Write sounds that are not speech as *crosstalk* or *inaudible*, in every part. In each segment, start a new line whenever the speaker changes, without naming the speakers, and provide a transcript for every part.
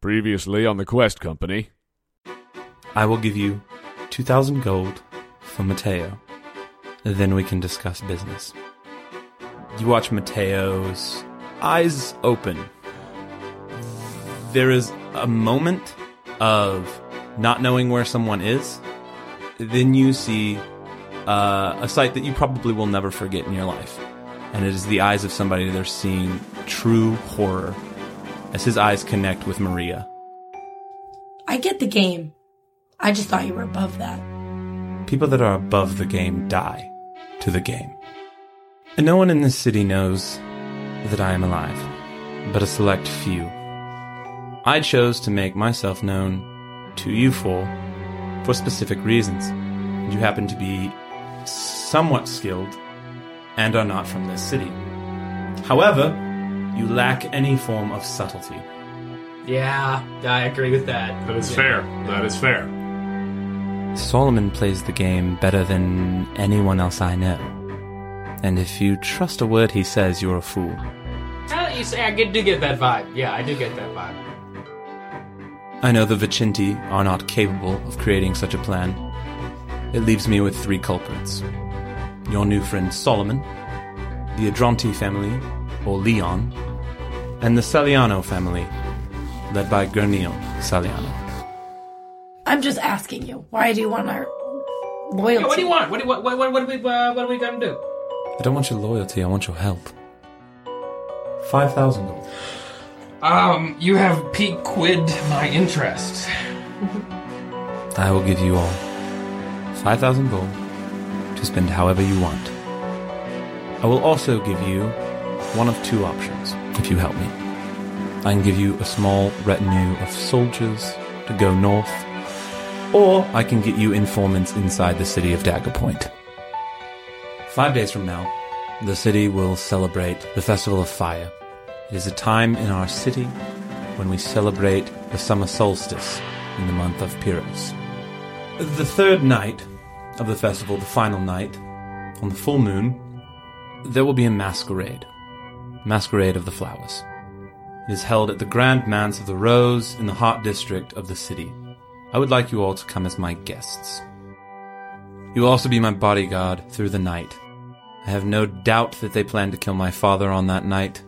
Previously on the Quest Company.
I will give you 2,000 gold for Mateo. Then we can discuss business. You watch Mateo's eyes open. There is a moment of not knowing where someone is. Then you see uh, a sight that you probably will never forget in your life. And it is the eyes of somebody that are seeing true horror as his eyes connect with Maria.
I get the game. I just thought you were above that.
People that are above the game die to the game. And no one in this city knows that I am alive, but a select few. I chose to make myself known to you four for specific reasons. You happen to be somewhat skilled and are not from this city. However, you lack any form of subtlety.
Yeah, I agree with that.
That is
Yeah.
fair. That is fair.
Solomon plays the game better than anyone else I know. And if you trust a word he says, you're a fool.
Now that you say, I get- do get that vibe. Yeah, I do get that vibe.
I know the Vicenti are not capable of creating such a plan. It leaves me with three culprits your new friend Solomon, the Adronti family, or Leon, and the Saliano family, led by Gernio Saliano.
I'm just asking you. Why do you want our
Yeah,
loyalty?
what do you want? What do you, what, what, what, what, are we, uh, what are we gonna do?
I don't want your loyalty, I want your help. 5,000 gold.
Um, you have peak quid my interest.
I will give you all 5,000 gold to spend however you want. I will also give you one of two options if you help me. I can give you a small retinue of soldiers to go north, or I can get you informants inside the city of Dagger Point. Five days from now, the city will celebrate the Festival of Fire. It is a time in our city when we celebrate the summer solstice in the month of Pyrrhus. The third night of the festival, the final night, on the full moon, there will be a masquerade. Masquerade of the Flowers. It is held at the Grand Manse of the Rose in the Heart District of the city. I would like you all to come as my guests. You will also be my bodyguard through the night. I have no doubt that they plan to kill my father on that night,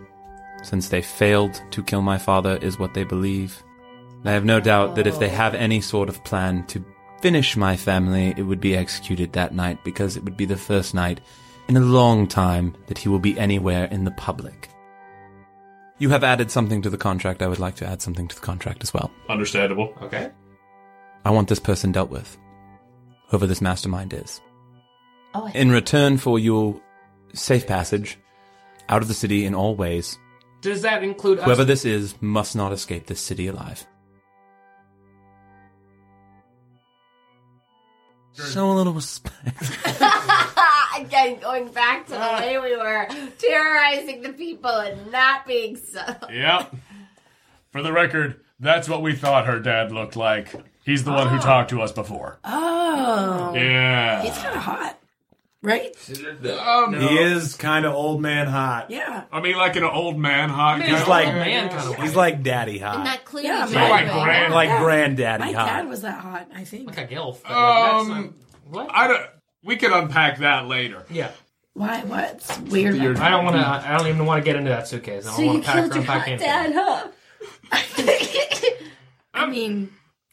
since they failed to kill my father is what they believe. I have no doubt that if they have any sort of plan to finish my family, it would be executed that night because it would be the first night in a long time that he will be anywhere in the public. You have added something to the contract. I would like to add something to the contract as well.
Understandable.
Okay.
I want this person dealt with, whoever this mastermind is.
Oh,
in return for your safe passage out of the city in all ways,
Does that include us?
whoever this is must not escape this city alive. Show a little respect.
Again, going back to the way we were terrorizing the people and not being so.
Yep. For the record, that's what we thought her dad looked like. He's the one who talked to us before.
Oh,
Yeah.
it's kind of hot, right?
Um,
He is kind of old man hot.
Yeah.
I mean, like an old man hot guy.
He's like
Oh, man kind of
he's like daddy hot,
Not clearly.
Yeah,
More like
generated.
grand.
like granddaddy
My
hot.
dad was that hot. I think.
like a gilf. but, like, that's
Um,
not- what?
I don't. We can unpack that later.
yeah,
Why? What's weird?
Your-
about
I don't want to. I don't even want to get into that suitcase. I don't
So
want
you
to pack
killed
or
your
unpack
hot
anything.
dad, huh?
that? I mean,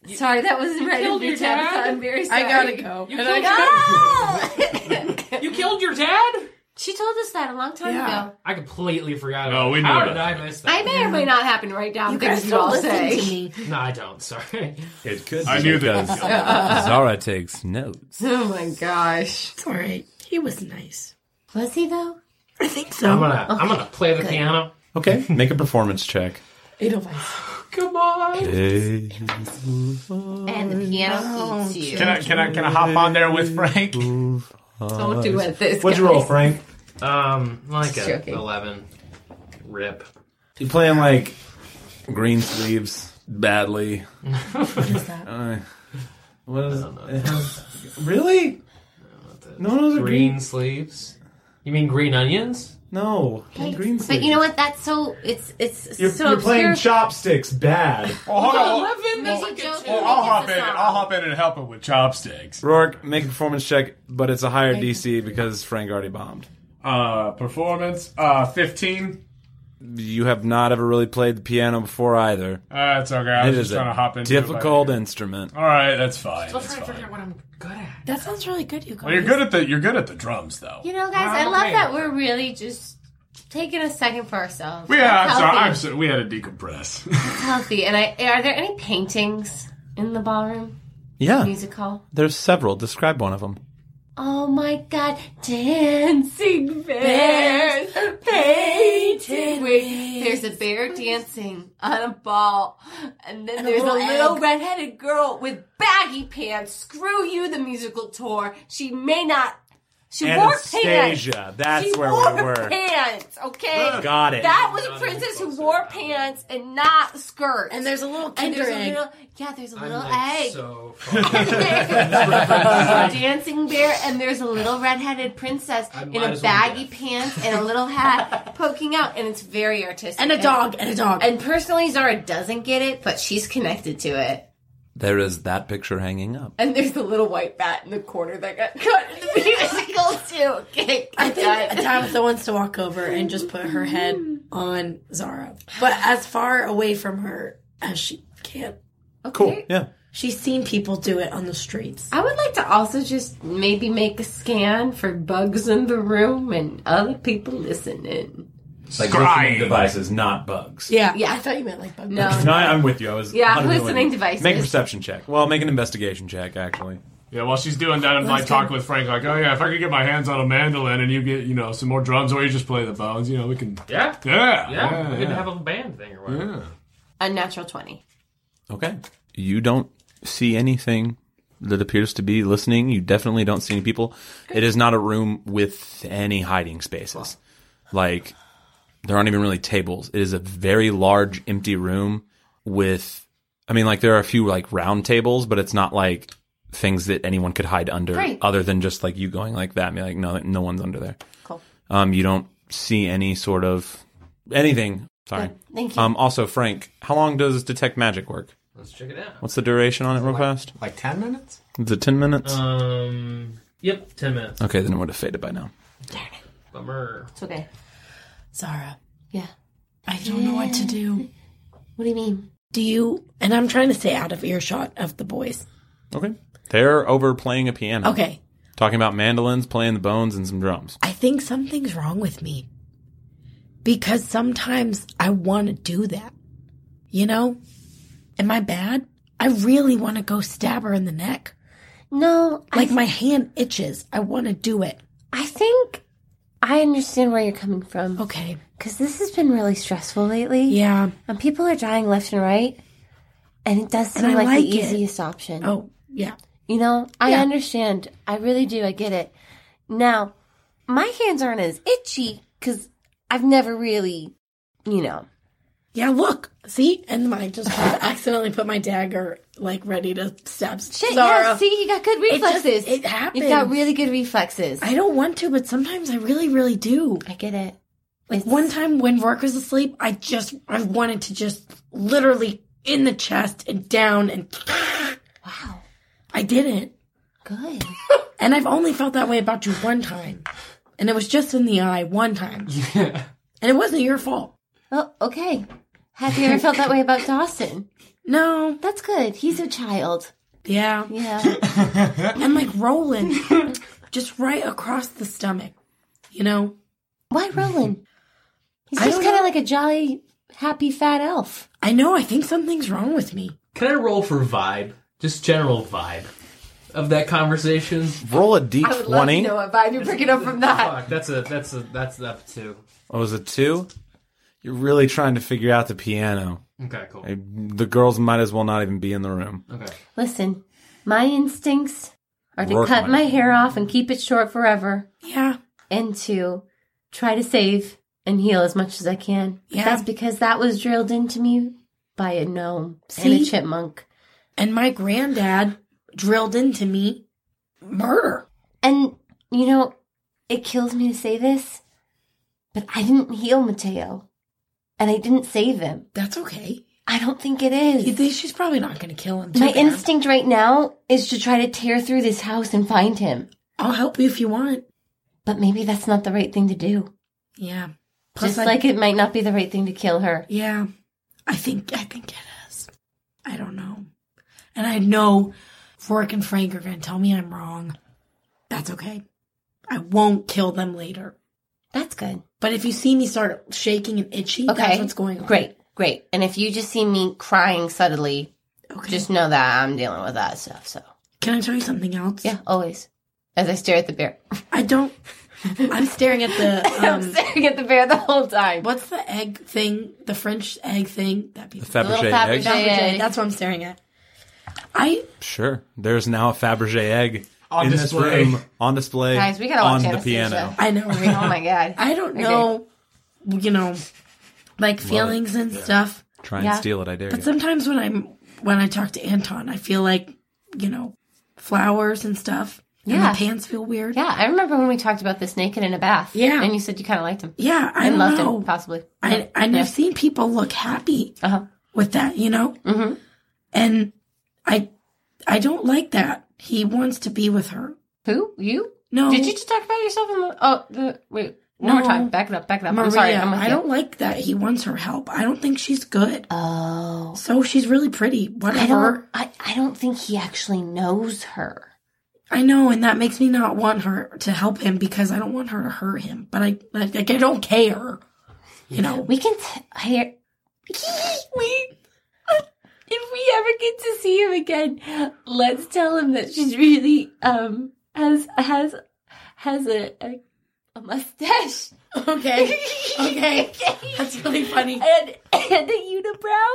*laughs* Sorry, that was right
killed
in
your
your
dad?
dad. I'm very sorry.
I gotta go.
You
And
killed
I-
No!
You killed your dad?
*laughs* she told us that a long time
Yeah.
ago.
I completely forgot.
No,
about
we
it.
know
How did
that.
I miss that?
I may or may not happen to write down
you
things
guys
that
don't
I'll
listen
say.
to me.
no, I don't. Sorry. *laughs*
It could.
I knew
Because
that.
Zara takes notes.
Oh my gosh.
It's all right. He was nice.
Was he though?
I think
I'm
so.
gonna. I'm gonna play the piano.
Okay, make a performance check.
Edelweiss.
Come on.
And the piano eats you.
Can I can I can I hop on there with Frank?
Don't do it this
What'd you
guys.
roll, Frank?
Um, like
Just
a
joking.
eleven. Rip.
You playing like green sleeves badly?
What is that?
Uh, what is
don't know.
it has- really? No one knows what
Green sleeves. You mean green onions?
No, green
But you know what? That's so. It's it's
You're,
so.
you're playing
obscure.
chopsticks bad.
Well, hold on. Well,
Eleven. There's a joke.
well, Oh, I'll hop in. I'll hop in and help him with chopsticks.
Rourke, make a performance check, but it's a higher DC because Frank already bombed.
Uh, performance. Uh, fifteen.
You have not ever really played the piano before either.
Uh, it's okay. I
It
was
is
just trying
a
to hop into it by
difficult
ear. Oh.
instrument.
All right, that's fine.
I'm
That's
trying to figure
fine.
out what I'm good at.
That sounds really good, you guys.
Well, you're good at the you're good at the drums though.
You know, guys, I
Wow,
love
okay.
that we're really just taking a second for ourselves.
yeah, I'm
That's
sorry.
healthy.
I'm sorry. We had to decompress.
It's healthy. And I are there any paintings in the ballroom
Yeah,
music hall?
there's several. Describe one of them.
Oh my god, dancing bears, painted. Wait, there's a bear dancing on a ball, and then there's a
little
little
egg.
redheaded girl with baggy pants. Screw you, the musical tour. She may not. She wore pants.
Anastasia. That's
She
where
wore
we were.
pants. Okay,
Got it.
That was a princess who wore pants and not skirts.
And there's a little
And
Kinder
there's a
Egg.
little- yeah, there's a
I'm
little
like
egg.
so *laughs* fucking-
*laughs* There's a dancing bear, and there's a little redheaded princess in
might
a
as well be
baggy pants and a
*laughs*
little hat poking out, and it's very artistic.
and a dog, and a dog.
And personally, Zara doesn't get it, but she's connected to it.
There is that picture hanging up.
And there's the little white bat in the corner that *laughs* got cut in the musical too. Okay,
I
done. *laughs*
think Tabitha wants to walk over and just put her head on Zara, but as far away from her as she can.
Okay.
Yeah.
She's seen people do it on the streets.
I would like to also just maybe make a scan for bugs in the room and other people listening.
It's
*laughs*
like
Scrying.
listening devices, not bugs.
Yeah,
Yeah.
I thought you meant like bug.
No,
No, I- I'm with you. I was
Yeah,
100 million.
listening devices.
Make a perception check. Well, make an investigation check actually.
yeah, while she's doing that, I'm like talking with Frank. Like, oh yeah, if I could get my hands on a mandolin and you get you know some more drums, or you just play the bones, you know, we can. *laughs*
yeah.
Yeah,
Yeah, we could have a little band thing or whatever.
a natural twenty.
Okay. You don't see anything that appears to be listening. You definitely don't see any people. It is not a room with any hiding spaces. Like, there aren't even really tables. It is a very large, empty room with, I mean, like, there are a few, like, round tables, but it's not like things that anyone could hide under
Great.
other than just, like, you going like that and be like, no, no one's under there.
Cool.
Um, you don't see any sort of anything. Sorry.
Thank you.
Um, also, Frank, how long does detect magic work?
Let's check it out.
What's the duration on it, real fast?
Like 10 minutes?
Is it 10 minutes?
Uh,
Um. Yep. Ten minutes.
okay, then it would have faded by now.
Bummer.
it's okay.
Zara,
Yeah.
I don't know what to do.
What do you mean?
Do you? And I'm trying to stay out of earshot of the boys.
Okay. They're over playing a piano.
Okay,
Talking about mandolins, playing the bones, and some drums.
I think something's wrong with me because sometimes I want to do that. You know? Am I bad? I really want to go stab her in the neck.
No,
Like my hand itches. I want to do it.
I think I understand where you're coming from
Okay.
because this has been really stressful lately.
Oh. Yeah.
and people are dying left and right, and it does
And
seem
I
like,
like
the
it.
easiest option.
Oh, yeah.
You know, I
Yeah.
understand. I really do. I get it. Now, my hands aren't as itchy because I've never really, you know.
Yeah, look. See? And I just *laughs* accidentally put my dagger like ready to stab
Shit,
Zara.
yeah, see, you got good
It just-
reflexes.
it happens.
You've got really good reflexes. I,
I don't want to, but sometimes I really, really do.
get it.
Like
It's-
one time when Rourke was asleep, I just I wanted to just literally in the chest and down and
*gasps* Wow.
I didn't.
Good.
And I've only felt that way about you one time. And it was just in the eye one time. And it wasn't your fault.
Oh, okay. Have you ever felt that way about Dawson?
No.
That's good. He's a child.
Yeah.
Yeah.
And like
*laughs*
Roland, just right across the stomach. You know?
Why Roland? He's
I
just
don't
kind of
know.
like a jolly, happy, fat elf.
I know I think something's wrong with me.
Can I roll for vibe? Just general vibe of that conversation.
Roll a d20.
what vibe you're picking up from that.
Fuck. That's a. That's a. That's up to.
What was Oh, it, two? You're really trying to figure out the piano.
Okay. Cool.
The girls might as well not even be in the room.
Okay.
Listen, my instincts are to
Rourke
cut
might.
my hair off and keep it short forever,
Yeah.
and to try to save and heal as much as I can.
Yeah.
That's because that was drilled into me by a gnome and
See?
a chipmunk.
And my granddad drilled into me murder.
And, you know, It kills me to say this, but I didn't heal Mateo. And I didn't save him.
That's okay.
I don't think it is.
You think She's probably not going to kill him. Too
My
bad.
instinct right now is to try to tear through this house and find him.
I'll help you if you want.
But maybe that's not the right thing to do.
Yeah.
Just like it might not be the right thing to kill her.
Yeah. I think I think it is. I don't know. And I know Fork and Frank are gonna tell me I'm wrong. That's okay. I won't kill them later.
That's good.
But if you see me start shaking and itchy,
Okay.
that's what's going on.
Great, great. And if you just see me crying suddenly,
Okay.
just know that I'm dealing with that stuff. So,
Can I tell you something else?
yeah, always. As I stare at the bear,
I don't I'm staring at the
*laughs* I'm
um,
staring at the bear the whole time.
what's the egg thing? The French egg thing? That'd be
The little
Fabergé egg?
Fabergé egg.
That's what I'm staring at. I
Sure. There's now a Fabergé egg
On
in
display.
this room on display
Guys, we gotta
on
watch
the piano.
Anastasia.
I know right?
*laughs* Oh my god.
*laughs* I don't
Okay.
know, you know, like feelings and stuff.
Try and
Yeah.
steal it, I dare
But
you.
sometimes when I'm when I talk to Anton, I feel like you know flowers and stuff. Yeah,
Yeah.
and the pants feel weird.
Yeah, I remember when we talked about this naked in a bath.
Yeah.
and you said you kind of liked him.
Yeah, I
I
don't
loved
know.
him, possibly.
I and I've seen people look happy
Uh huh.
with that, you know,
Mhm.
and I I don't like that. He wants to be with her.
Who you?
No,
Did you just talk about yourself? In the, oh, the wait. One
No.
more time. Back it up. Back it up.
Maria,
I'm sorry. I'm with
I
you.
don't like that. He wants her help. I don't think she's good.
Oh.
so she's really pretty. Whatever.
I don't. I, I don't think he actually knows her.
I know, and that makes me not want her to help him because I don't want her to hurt him. But I like, like I don't care. You know,
We can t- hear. *laughs* we. If we ever get to see him again, let's tell him that she's really um has has has a a, a mustache.
*laughs*
*laughs*
Okay. Okay. That's really *laughs* funny.
and, and a unibrow,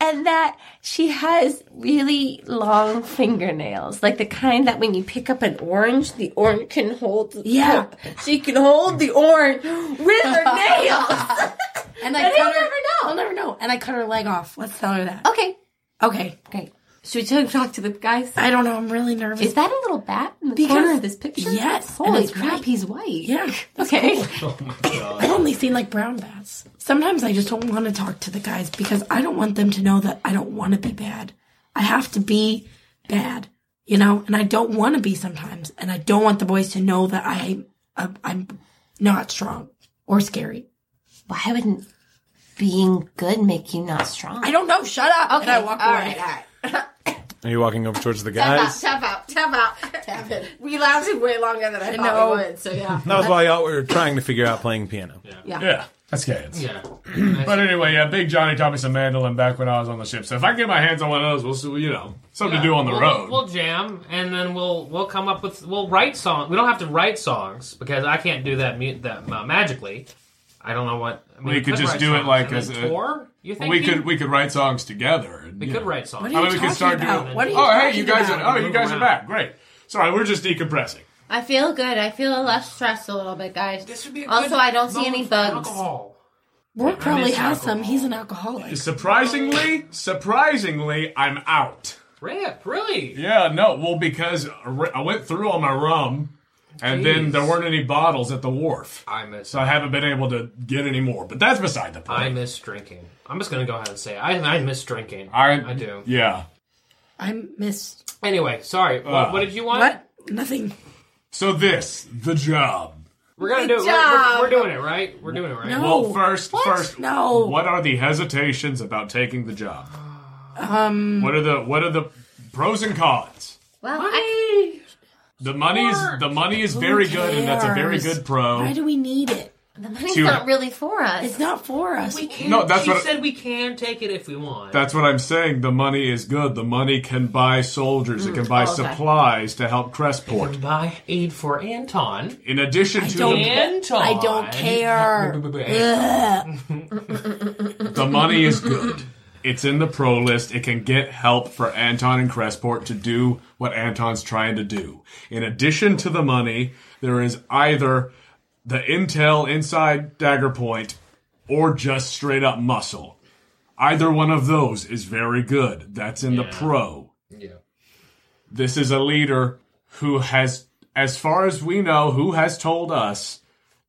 and that she has really long fingernails, like the kind that when you pick up an orange, the orange can hold.
Yeah.
she can hold the orange with
*laughs*
her nails.
And
And
I
he'll
cut her.
never know.
I'll never know. And I cut her leg off. Let's tell her that.
Okay,
Oh. Okay.
great. Should we talk to the guys?
I don't know. I'm really nervous.
Is that a little bat in the
Because-
corner of this picture?
yes, and
Holy
it's
crap,
white.
he's white.
yeah.
Okay.
Oh
I've only seen like brown bats. Sometimes I just don't want to talk to the guys because I don't want them to know that I don't want to be bad. I have to be bad, you know, and I don't want to be sometimes. And I don't want the boys to know that I, I I'm not strong or scary.
Why wouldn't being good make you not strong?
I don't know. Shut up. Okay. And I walk
all
away.
right, all right.
Are you walking over towards the guys?
Tap out, tap out, tap it. We lasted way longer than I, thought we would, so yeah.
That was while y'all were trying to figure out playing piano.
Yeah, that's Cadence.
Yeah.
But anyway, yeah, Big Johnny taught me some mandolin back when I was on the ship. So if I get my hands on one of those, we'll see, you know, something to do on the
we'll,
road.
We'll jam, and then we'll we'll come up with we'll write songs. We don't have to write songs because I can't do that mu- that uh, magically. I don't know what I mean,
We could just
write
do it
songs.
like
And
as
then
a-
tour. You think
we could we could write songs together. And,
we
you
could
know.
write songs?
What are
I mean,
you
we
talking
could start
about?
doing.
What are you
oh, hey,
talking
you guys!
about?
Are, oh, you
Move
guys are
around.
back. Great. Sorry, we're just decompressing.
*laughs* I feel good. I feel less stressed a little bit, guys.
This would be a
also,
good
I don't see any
moment for
bugs.
Alcohol.
Rourke probably
miss
has some.
alcohol.
He's an alcoholic.
Surprisingly, surprisingly, I'm out.
Rip, really?
Yeah, no. Well, because I went through all my rum, and then
Jeez.
there weren't any bottles at the wharf,
I miss.
so I haven't been able to get any more. But that's beside the point.
I miss drinking. I'm just gonna go ahead and say it. I I miss drinking. I do.
Yeah.
I miss
Anyway, sorry.
Uh,
what, what did you want?
what? Nothing.
So this, the job.
We're gonna do it. We're, we're, we're doing it right. We're doing it right.
No.
Well, first,
What?
first,
No.
What are the hesitations about taking the job? Um. What are the What are the pros and cons?
Well, I,
The money is the money is very good, and that's a very
cares?
good pro.
Why do we need it?
the money's
Two.
not really for us.
It's not for us.
We can,
No, that's
she
what-
said we can take it if we want.
That's what I'm saying. The money is good. The money can buy soldiers. It can buy
okay.
supplies to help Crestport.
and buy aid for Anton.
In addition to
don't-
the,
Anton.
I don't care.
*laughs*
Ugh.
the money is good. It's in the pro list. It can get help for Anton and Crestport to do what Anton's trying to do. In addition to the money, there is either the intel inside Dagger Point or just straight up muscle. Either one of those is very good. That's in the pro.
Yeah.
This is a leader who has as far as we know, who has told us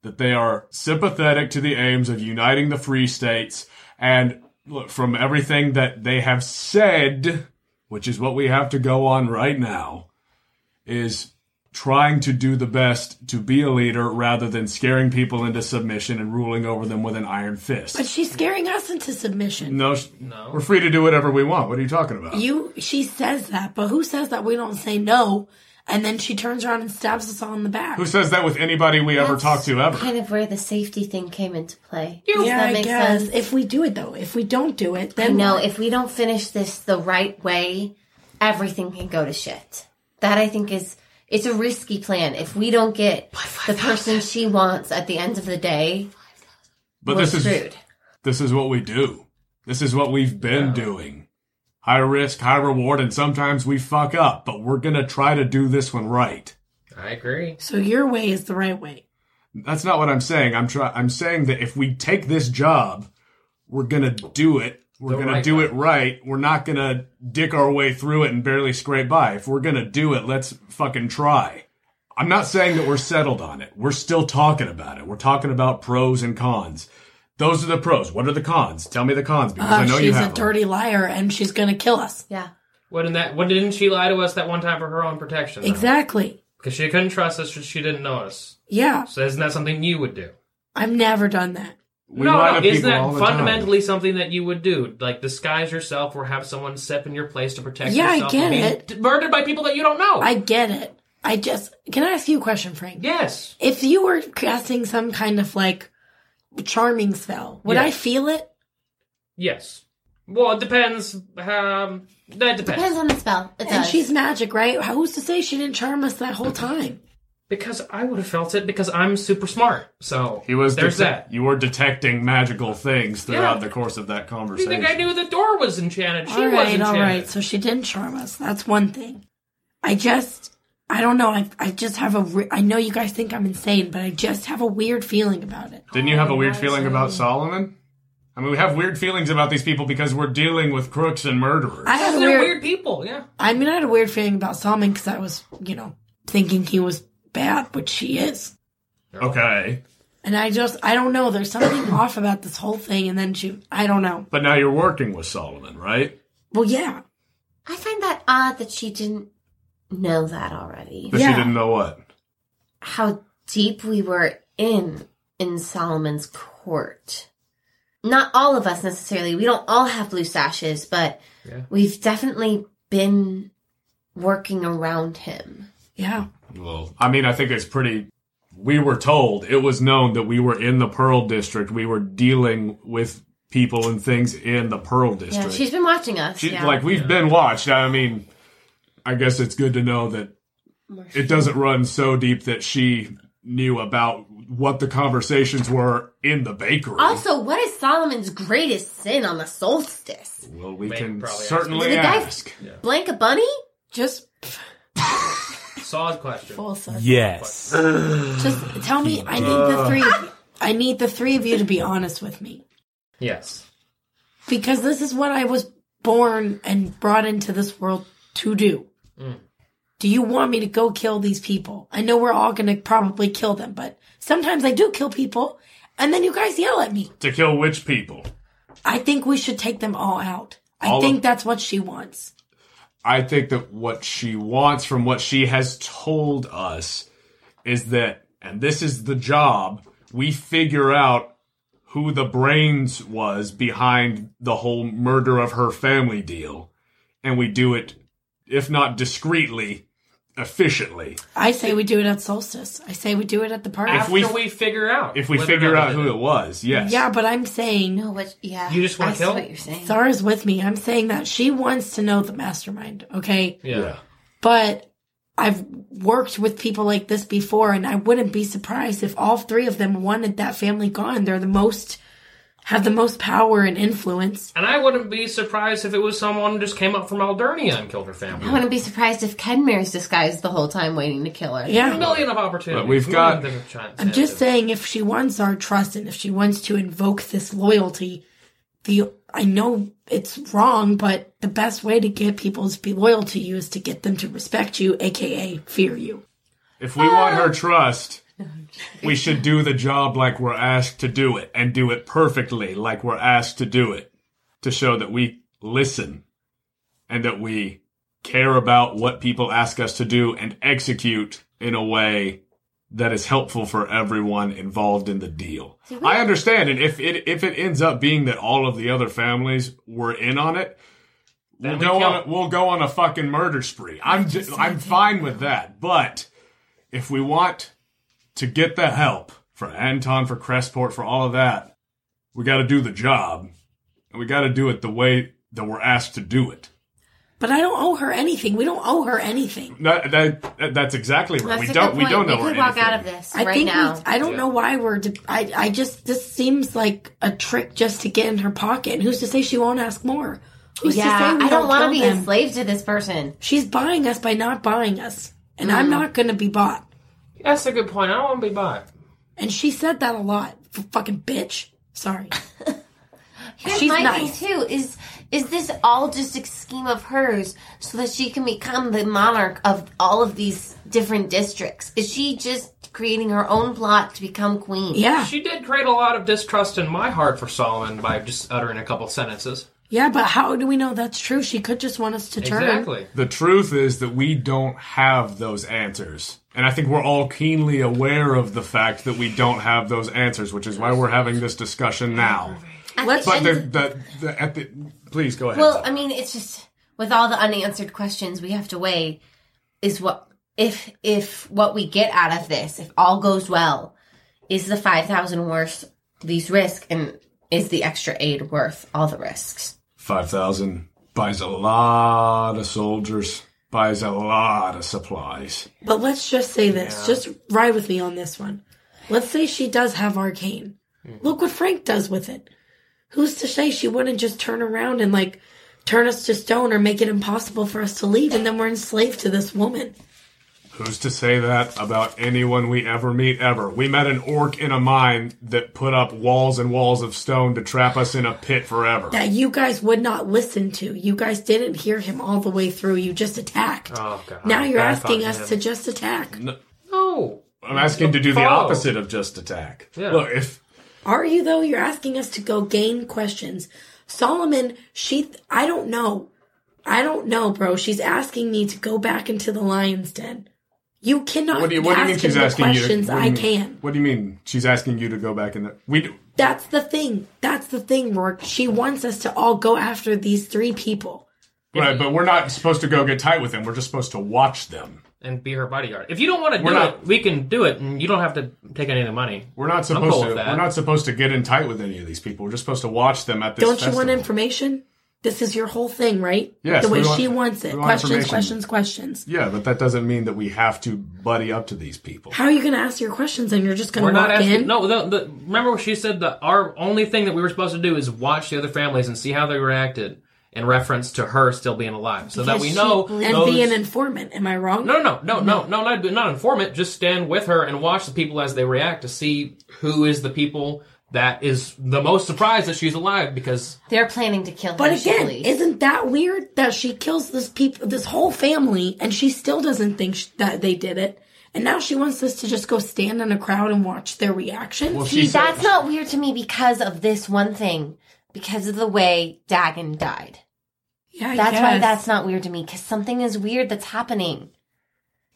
that they are sympathetic to the aims of uniting the free states. And look, from everything that they have said, which is what we have to go on right now, is trying to do the best to be a leader rather than scaring people into submission and ruling over them with an iron fist.
But she's scaring us into submission.
no, no, we're free to do whatever we want. What are you talking about?
You, she says that, but who says that we don't say no? And then she turns around and stabs us all in the back.
Who says that with anybody we ever talk to ever?
Kind of where the safety thing came into play. Does
yeah,
that
I
make
guess.
sense?
If we do it though, if we don't do it, then
No, if we don't finish this the right way, everything can go to shit. That I think is it's a risky plan. If we don't get the person she wants at the end of the day,
But
we're
this is
screwed.
this is what we do. This is what we've been doing. High risk, high reward, and sometimes we fuck up, but we're gonna try to do this one right.
I agree.
So your way is the right way.
That's not what I'm saying. I'm try- I'm saying that if we take this job, we're gonna do it. We're
The
gonna
right
do
way.
it right. We're not gonna dick our way through it and barely scrape by. If we're gonna do it, let's fucking try. I'm not saying that we're settled on it. We're still talking about it. We're talking about pros and cons. Those are the pros. What are the cons? Tell me the cons because I
Uh,
know you
she's
have.
a
them.
dirty liar and she's going to kill us.
Yeah.
What in that? What didn't she lie to us that one time for her own protection?
Exactly.
Because she couldn't trust us. She she didn't know us.
Yeah,
So isn't that something you would do?
I've never done that.
We
no,
lie
no.
to
Isn't
people all
that
the time.
fundamentally something that you would do? Like disguise yourself or have someone step in your place to protect
Yeah, I
yourself
get
from being
it.
d- murdered by people that you don't know.
I get it. I just can I ask you a question, Frank?
yes.
If you were casting some kind of like charming spell, would
Yeah.
I feel it?
Yes. Well, it depends. Um, that depends.
Depends on the spell. It
And
does.
she's magic, right? Who's to say she didn't charm us that whole time?
Because I would have felt it because I'm super smart. So
He was
there's
detec-
that.
You were detecting magical things throughout
Yeah.
the course of that
What do you
conversation.
think I knew the door was enchanted? She
all
was
right,
enchanted.
all right. So she didn't charm us. That's one thing. I just, I don't know. I, I just have a. Re- I know you guys think I'm insane, but I just have a weird feeling about it.
Didn't you have a weird feeling about Solomon? I mean, we have weird feelings about these people because we're dealing with crooks and murderers.
I had a
They're
weird.
weird people. Yeah.
I mean, I had a weird feeling about Solomon because I was, you know, thinking he was bad, which he is.
okay.
And I just, I don't know. There's something *clears throat* off about this whole thing. And then she, I don't know.
But now you're working with Solomon, right?
Well, yeah.
I find that odd that she didn't know that already.
That she
Yeah.
didn't know what.
How deep we were in in Solomon's court. Not all of us necessarily. We don't all have blue sashes, but
Yeah.
we've definitely been working around him.
Yeah.
Well, I mean, I think it's pretty. We were told, it was known that we were in the Pearl District. We were dealing with people and things in the Pearl
Yeah,
District.
she's been watching us.
She,
yeah.
Like we've been watched. I mean, I guess it's good to know that it doesn't run so deep that she knew about what the conversations were in the bakery.
also, what is Solomon's greatest sin on the solstice?
well, we
May
can
probably ask
certainly
the guy-
ask.
Blank a bunny?
Just
Solid question.
full circle.
Yes.
Just tell me. I need the three. Of you, I need the three of you to be honest with me
Yes.
because this is what I was born and brought into this world to do.
Mm.
Do you want me to go kill these people? I know we're all going to probably kill them, but sometimes I do kill people, and then you guys yell at me.
To kill which people?
I think we should take them all out. I
All of-
think that's what she wants.
I think that what she wants from what she has told us is that, and this is the job, we figure out who the brains was behind the whole murder of her family deal. And we do it, if not discreetly, efficiently.
I say we do it at solstice. I say we do it at the party.
If
After
we-
we, figure out.
If we
whether or
figure
not
out
we
who
did
it was, yes.
yeah, but I'm saying
No, what? Yeah.
You just wanna
I see
kill?
what you're saying.
Zara's with me. I'm saying that she wants to know the mastermind. Okay.
Yeah.
but I've worked with people like this before, and I wouldn't be surprised if all three of them wanted that family gone. They're the most have the most power and influence.
And I wouldn't be surprised if it was someone who just came up from Aldernia and killed her family.
I wouldn't be surprised if Kenmare's disguised the whole time waiting to kill her.
A
Yeah,
million of opportunities.
But we've
A
got-
million different chances.
I'm just saying if she wants our trust and if she wants to invoke this loyalty, the I know it's wrong, but the best way to get people to be loyal to you is to get them to respect you, aka fear you.
If we want her trust, we should do the job like we're asked to do it and do it perfectly like we're asked to do it to show that we listen and that we care about what people ask us to do and execute in a way that is helpful for everyone involved in the deal. I understand and if it if it ends up being that all of the other families were in on it, we'll
Then we
go
kill.
on a, we'll go on a fucking murder spree. I'm just, I'm fine with that, but if we want to get the help for Anton, for Crestport, for all of that, we got to do the job, and we got to do it the way that we're asked to do it.
But I don't owe her anything. We don't owe her anything.
That, that, that- that's exactly right.
That's
we
a
don't
good
we
point.
don't know
We
her
could walk
anything.
out of this
I
right
think
now.
We, I don't know why we're. De- I I just this seems like a trick just to get in her pocket. And who's to say she won't ask more? Who's
yeah,
to say we
I don't want to
kill
be
them?
enslaved to this person.
She's buying us by not buying us, and I'm
Mm-hmm.
not going to be bought.
That's a good point. I don't want to be bought.
And she said that a lot. F- fucking bitch.
*laughs*
Sorry.
Here's
She's
my
nice.
thing too: is is this all just a scheme of hers so that she can become the monarch of all of these different districts? Is she just creating her own plot to become queen?
Yeah.
She did create a lot of distrust in my heart for Solomon by just uttering a couple sentences.
Yeah, but how do we know that's true? She could just want us to turn.
Exactly.
The truth is that we don't have those answers. And I think we're all keenly aware of the fact that we don't have those answers, which is why we're having this discussion now.
I
Let's-
But
think-
the, the, the, at the, please go ahead.
Well, I mean, it's just with all the unanswered questions we have to weigh is what if if what we get out of this, if all goes well, is the five thousand worth these risks, and is the extra aid worth all the risks?
Five thousand buys a lot of soldiers, buys a lot of supplies.
But let's just say this. Just ride with me on this one. Let's say she does have arcane.
Hmm.
Look what Frank does with it. Who's to say she wouldn't just turn around and like turn us to stone or make it impossible for us to leave and then we're enslaved to this woman?
Who's to say that about anyone we ever meet ever? We met an orc in a mine that put up walls and walls of stone to trap us in a pit forever.
That you guys would not listen to. You guys didn't hear him all the way through. You just attacked.
Oh, God.
now you're
Bad
asking
thought,
us
man.
to just attack.
No.
I'm asking to do the
Follow.
opposite of just attack.
Yeah.
Look, if
Are you though? You're asking us to go gain questions. Solomon, she, I don't know. I don't know, bro. She's asking me to go back into the lion's den. You cannot
what do you what do you mean
ask
she's
him the
asking you?
questions
what do
I
you mean-
can.
What do you mean she's asking you to go back in there? We do.
That's the thing. That's the thing, Rourke. She wants us to all go after these three people.
Right, but we're not supposed to go get tight with them. We're just supposed to watch them.
And be her bodyguard. If you don't want to do
We're not-
it, we can do it, and you don't have to take any of the money.
We're not
I'm cool
supposed to.
with that.
We're not supposed to get in tight with any of these people. We're just supposed to watch them at this.
Don't you want
festival.
information? This is your whole thing, right?
Yes,
The way
we want-
she wants it.
we want
questions,
information.
questions, questions.
Yeah, but that doesn't mean that we have to buddy up to these people.
How are you going to ask your questions and you're just going
We're
to walk
not asking.
in?
No, the, the, remember what she said that our only thing that we were supposed to do is watch the other families and see how they reacted in reference to her still being alive, so that we
She-
know.
and
those-
be an informant. Am I wrong?
no, no, no, no, no, not, not informant. Just stand with her and watch the people as they react to see who is the people that is the most surprised that she's alive because
They're planning to kill her.
But again,
surely.
isn't that weird that she kills this people, this whole family, and she still doesn't think sh- that they did it? And now she wants us to just go stand in a crowd and watch their reaction.
See, that's not weird to me because of this one thing, because of the way Dagon died.
yeah, I
That's why
guess.
that's not weird to me because something is weird that's happening.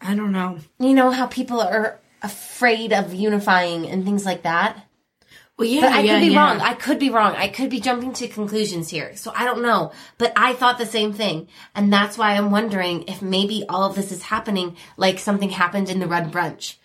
I don't know.
You know how people are afraid of unifying and things like that.
Well, yeah,
But I
yeah,
could be
yeah.
wrong. I could be wrong. I could be jumping to conclusions here. So I don't know. But I thought the same thing. And that's why I'm wondering if maybe all of this is happening like something happened in the Red Brunch.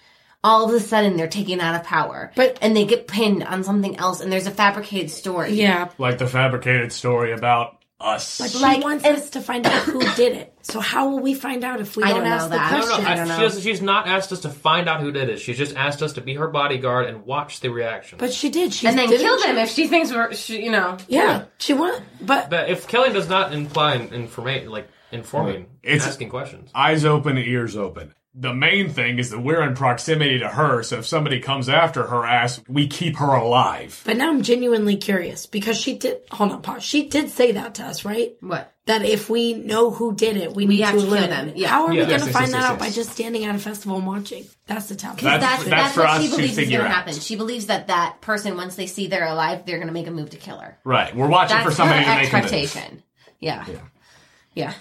All of a sudden they're taken out of power.
But-
and they get pinned on something else and there's a fabricated story.
yeah,
Like the fabricated story about us.
but she
Like,
wants
if-
us to find out who did it. So how will we find out if we
I
don't,
don't know
ask
that.
the
I
No, no,
question?
I-
don't know.
she doesn't- she's not asked us to find out who did it. She's just asked us to be her bodyguard and watch the reaction.
But she did. She
And then
didn't
kill
she-
them if she thinks we're, she, you know.
Yeah, she want. But
But if killing does not imply informing, like informing,
It's-
asking questions,
Eyes open, ears open. The main thing is that we're in proximity to her, so if somebody comes after her ass, we keep her alive.
But now I'm genuinely curious because she did. Hold on, pause. She did say that to us, right?
What?
That if we know who did it, we, need
have
to
to kill
eliminate
them.
it.
Yeah.
How are we
Yeah.
going
Yes,
to
yes,
find
yes,
that
yes,
out by
yes.
just standing at a festival and watching? That's the tough.
That's-
That's, that's,
that's for
what
us
she
to
believes is
figure
going to
out.
happen. She believes that that person, once they see they're alive, they're going to make a move to kill her.
Right. We're watching
That's
for somebody
her
to make a move.
expectation. Yeah. yeah.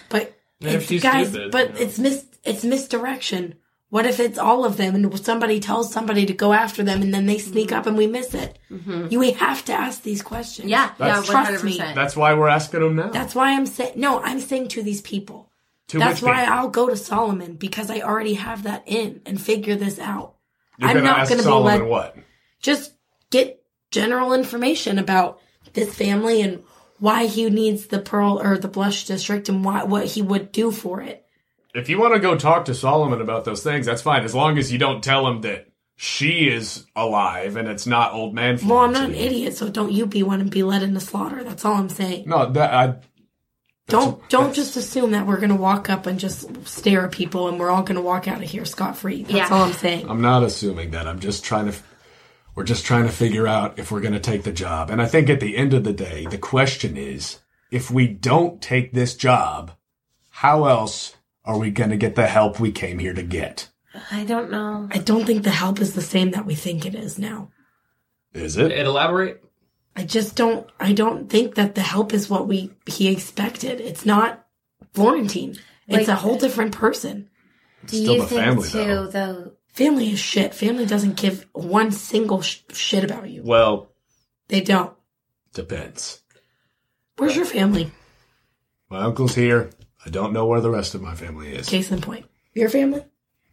But
And if
it's
she's
guys,
stupid,
but
you know.
it's mis it's misdirection. What if it's all of them and somebody tells somebody to go after them and then they sneak
Mm-hmm.
up and we miss it? You we have to ask these questions.
Yeah.
That's-
yeah. 100%.
Trust me.
That's why we're asking them now.
That's why I'm saying no. I'm saying to these people.
To
That's
which
why
people?
I'll go to Solomon because I already have that in and figure this out.
You're
I'm
gonna
not
ask
gonna be
Solomon
led-
what?
Just get general information about this family and why he needs the pearl or the blush district and why what he would do for it.
If you want to go talk to Solomon about those things, that's fine. As long as you don't tell him that she is alive and it's not old man.
Well, I'm
Florence
not an
anymore.
idiot, so don't you be one and be led into slaughter. That's all I'm saying.
No, that I,
don't don't just assume that we're gonna walk up and just stare at people and we're all gonna walk out of here scot free. That's
Yeah.
all I'm saying.
I'm not assuming that. I'm just trying to. We're just trying to figure out if we're going to take the job. And I think at the end of the day, the question is if we don't take this job, how else are we going to get the help we came here to get?
I don't know.
I don't think the help is the same that we think it is now.
Is it?
And elaborate.
I just don't I don't think that the help is what we he expected. It's not Florentine.
Like-
it's a whole different person.
Do
still
you
the
think
family,
too,
though.
though?
Family is shit. Family doesn't give one single sh- shit about you.
Well,
They don't.
depends.
Where's your family?
My uncle's here. I don't know where the rest of my family is.
Case in point. Your family?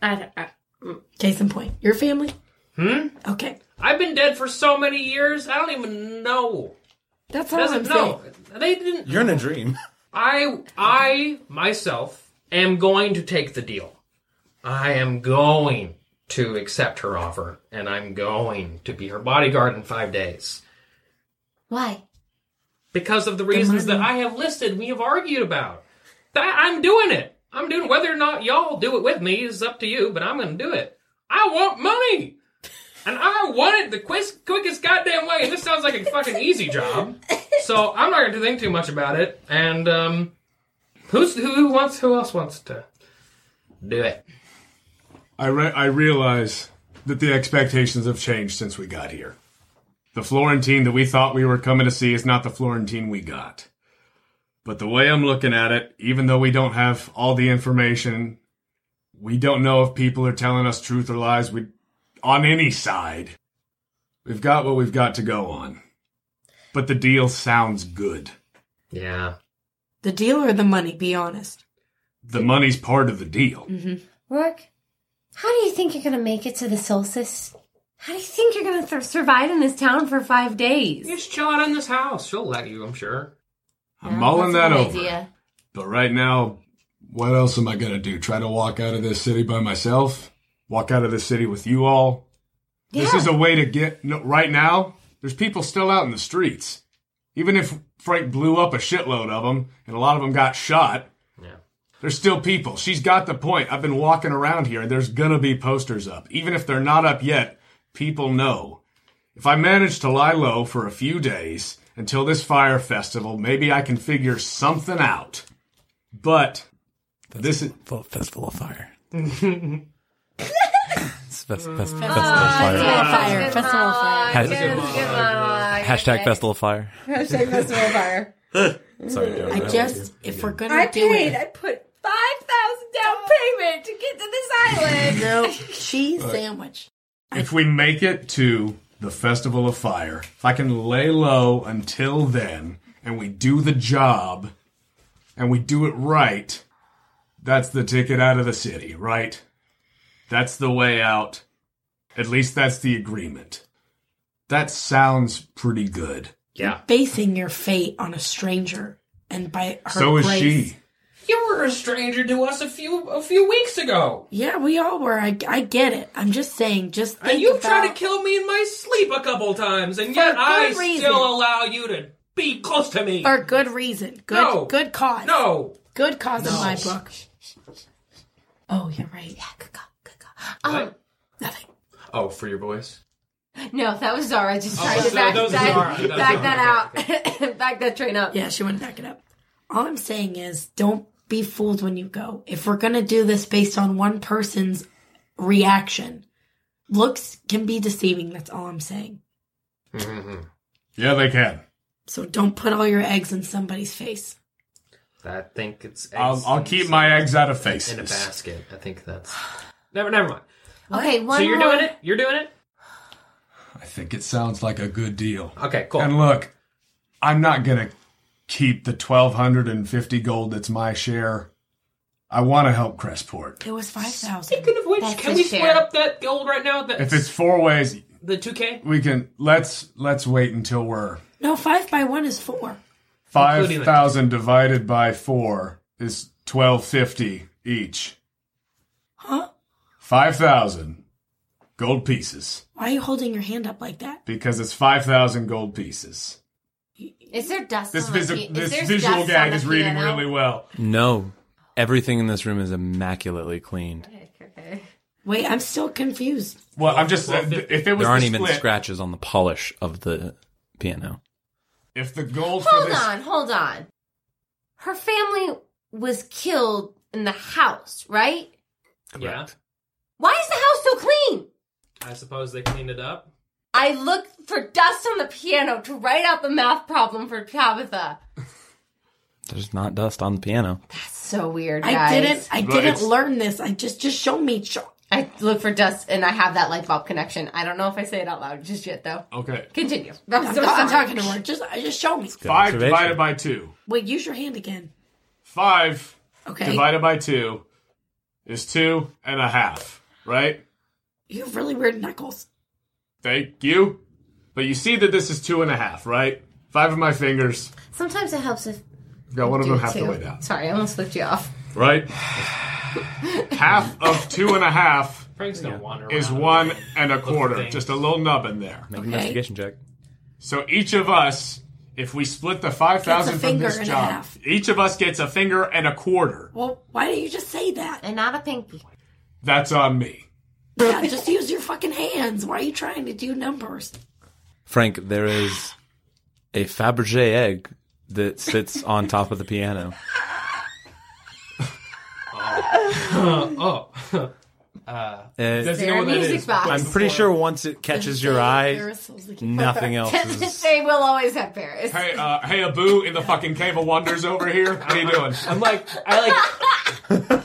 I, don't- I, mm.
Case in point. Your family?
Hmm?
Okay.
I've been dead for so many years. I don't even know.
That's all I'm
Doesn't
saying.
know. They didn't.
You're in a dream.
I I myself am going to take the deal. I am going to accept her offer, and I'm going to be her bodyguard in five days
why?
because of the reasons that I have listed. We have argued about that. I'm doing it. I'm doing whether or not y'all do it with me is up to you, but I'm going to do it. I want money, and I want it the quickest, quickest goddamn way. And this sounds like a fucking easy job, so I'm not going to think too much about it. And um, who's who, who wants who else wants to do it?
I, re- I realize that the expectations have changed since we got here. The Florentine that we thought we were coming to see is not the Florentine we got. But the way I'm looking at it, even though we don't have all the information, we don't know if people are telling us truth or lies we, on any side. We've got what we've got to go on. But the deal sounds good.
Yeah,
The deal or the money, be honest.
The money's part of the deal.
Mm-hmm. Rourke, how do you think you're going to make it to the solstice? How do you think you're going to th- survive in this town for five days?
you just chill out in this house. She'll let you, I'm sure.
I'm mulling that
That's a
over.
good Idea.
But right now, what else am I going to do? Try to walk out of this city by myself? Walk out of this city with you all? This
Yeah.
is a way to get. No, right now, there's people still out in the streets. Even if Frank blew up a shitload of them and a lot of them got shot,
Yeah.
there's still people. She's got the point. I've been walking around here. There's going to be posters up. Even if they're not up yet, people know. If I manage to lie low for a few days until this fire festival, maybe I can figure something out. But this is
Fe- Festival of Fire. It's fest-
Mm.
fest-
Ah,
festival of
Festival
Fire.
of Oh, Fire. Festival of Fire.
Has-
Hashtag
Hashtag Festival of Fire.
Hashtag Festival of Fire.
*laughs* Sorry, Joe.
I just if we're gonna
I
do
paid.
it.
I put five thousand down payment to get to this island. *laughs*
No cheese sandwich.
if we make it to the Festival of Fire, if I can lay low until then and we do the job and we do it right, that's the ticket out of the city, right? That's the way out. At least that's the agreement. That sounds pretty good.
Yeah,
Basing your fate on a stranger and by her
so is
grace-
she.
you were a stranger to us a few a few weeks ago.
Yeah, we all were. I, I get it. I'm just saying, just think
And you've
about,
tried to kill me in my sleep a couple times, and yet
good
I
reason.
still allow you to be close to me.
for good reason. Good
No.
good cause.
no,
Good cause in my book. Oh, you're right. Yeah,
caca, caca. Um,
Oh, for your voice.
no, that was Zara just
Oh,
trying to
so
back,
that was
back,
Zara. That was
back
Zara.
that out, *coughs* back that train up.
Yeah, she wouldn't back it up. All I'm saying is don't be fooled when you go. If we're going to do this based on one person's reaction, looks can be deceiving. That's all I'm saying.
Yeah, they can.
So don't put all your eggs in somebody's face.
I think it's.
I'll,
eggs
I'll
in-
keep my eggs out of
in a
faces.
basket. I think that's. *sighs* Never, never mind.
Okay, one
so you're
more.
doing it. You're doing it.
I think it sounds like a good deal.
Okay, cool.
And look, I'm not gonna keep the 1,250 gold that's my share. I want to help Crestport.
It was 5,000.
Speaking of which,
That's
can
a
we
share.
split up that gold right now? That
If it's four ways,
the two K,
we can let's let's wait until we're
No, 5 by 1 is 4.
five
Including the-
thousand divided by four is 1,250 each.
Huh?
Five thousand gold pieces
Why are you holding your hand up like that?
because it's five thousand gold pieces.
Is there dust?
This
on the
visu-
pi- Oh, is
this
there
visual
dust on
gag
the
is reading
piano?
really well.
No, everything in this room is immaculately cleaned.
Wait, I'm still confused.
Well, I'm just uh, th- if it was
There aren't
the
even
split-
scratches on the polish of the piano.
If the gold for
Hold
this
on, hold on. Her family was killed in the house, right?
yeah.
Why is the house so clean?
I suppose they cleaned it up.
I looked for dust on the piano to write out the math problem for Tabitha.
There's not dust on the piano.
So weird, guys.
I didn't I
But
didn't
it's-
learn this. I just just show me show,
I look for dust, and I have that light bulb connection. I don't know if I say it out loud just yet, though.
Okay.
Continue. *laughs* I'm,
I'm,
so
not- I'm
sorry.
talking to her. Just I just show me.
Five
observation.
divided by two.
Wait, use your hand again.
Five
Okay.
divided by two is two and a half, right?
You have really weird knuckles.
Thank you. But you see that this is two and a half, right? Five of my fingers.
Sometimes it helps if
Got one of
you
them
do
half
too.
the way down.
Sorry, I almost flipped you off.
*laughs*
Right? half of two and a half
Frank's gonna wander around.
is one and a
Look
quarter.
at
Just a
things.
little nub in there.
Make an
Okay.
investigation check.
So each of us, if we split the five thousand from
finger
this
and a
job,
half.
each of us gets a finger and a quarter.
Well, why didn't you just say that?
And not a pinky.
That's on me.
*laughs* Yeah, just use your fucking hands. Why are you trying to do numbers?
Frank, there is a Fabergé egg that sits on top of the piano.
Oh, *laughs*
It-
does he know what that
music
is?
box.
I'm pretty sure once it catches your eye, nothing else is.
*laughs* they will always have Paris.
Hey, uh, hey, Abu in the fucking Cave of Wonders over here. How you doing?
I'm like, I like.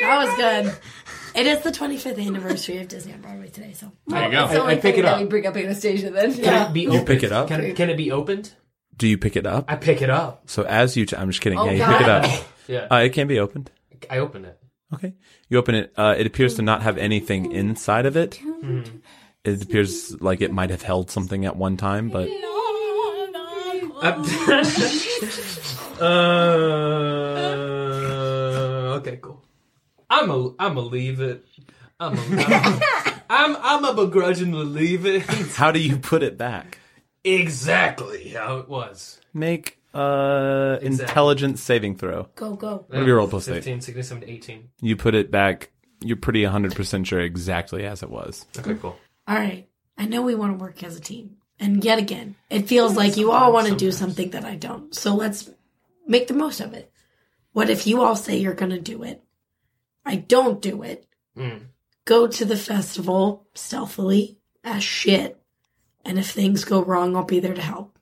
That was good. It is the 25th anniversary of Disney on Broadway today, so
There you
It's the
go.
only
I pick
thing
it
that
up.
we bring up
*laughs*
Anastasia then.
Can it be opened?
pick it up?
Can it, can it be opened?
Do you pick it up?
I pick it up.
So as you, i I'm just kidding.
Oh,
yeah, you
God.
pick it up.
Yeah,
Uh, it can be opened.
I open it.
Okay. You open it. Uh, it appears to not have anything inside of it. It appears like it might have held something at one time, but
Oh.
*laughs* uh, okay, cool. I'm a I'm a leave it. I'm a, I'm I'm a begrudgingly leave it. *laughs*
how do you put it back?
exactly how it was.
Make uh intelligence saving throw.
go, go.
What have you rolled plus eight?
15, 16, 17, 18.
You put it back. You're pretty 100% sure exactly as it was.
Okay, cool.
All right. I know we want to work as a team. And yet again, it feels like you all want to do something that I don't. So let's make the most of it. What if you all say you're going to do it? I don't do it.
Mm.
Go to the festival stealthily as shit. And if things go wrong, I'll be there to help.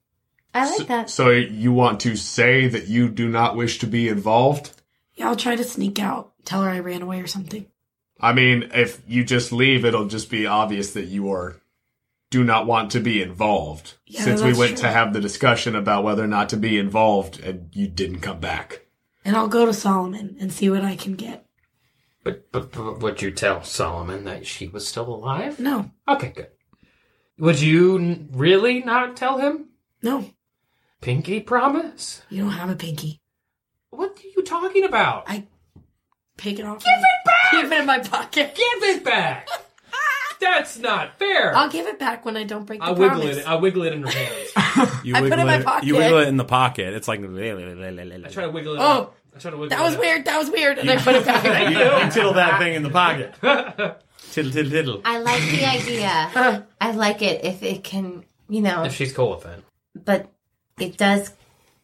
I like that.
So you want to say that you do not wish to be involved?
Yeah, I'll try to sneak out, tell her I ran away or something.
I mean, if you just leave, it'll just be obvious that you are do not want to be involved.
Yeah,
since we
that's
went
true.
to have the discussion about whether or not to be involved, and you didn't come back.
And I'll go to Solomon and see what I can get.
But, but but would you tell Solomon that she was still alive?
No,
Okay, good. Would you n- really not tell him?
no,
Pinky promise?
you don't have a pinky.
What are you talking about?
I- Take it off. Give it back! Leave it in my pocket. *laughs*
Give it back! That's not fair.
I'll give it back when I don't break the
I wiggle
promise.
it. I wiggle it in her hands.
You
I put it in my
You
pocket.
wiggle it in the pocket. It's like *laughs*
I try to wiggle it.
Oh,
I try to wiggle.
that was
it.
weird. That was weird. And I put it
*laughs*
back. in my-
you tiddle that thing in the pocket. tiddle tiddle tiddle.
I like the *laughs* idea. I like it if it can, you know,
If she's cool with it.
but it does,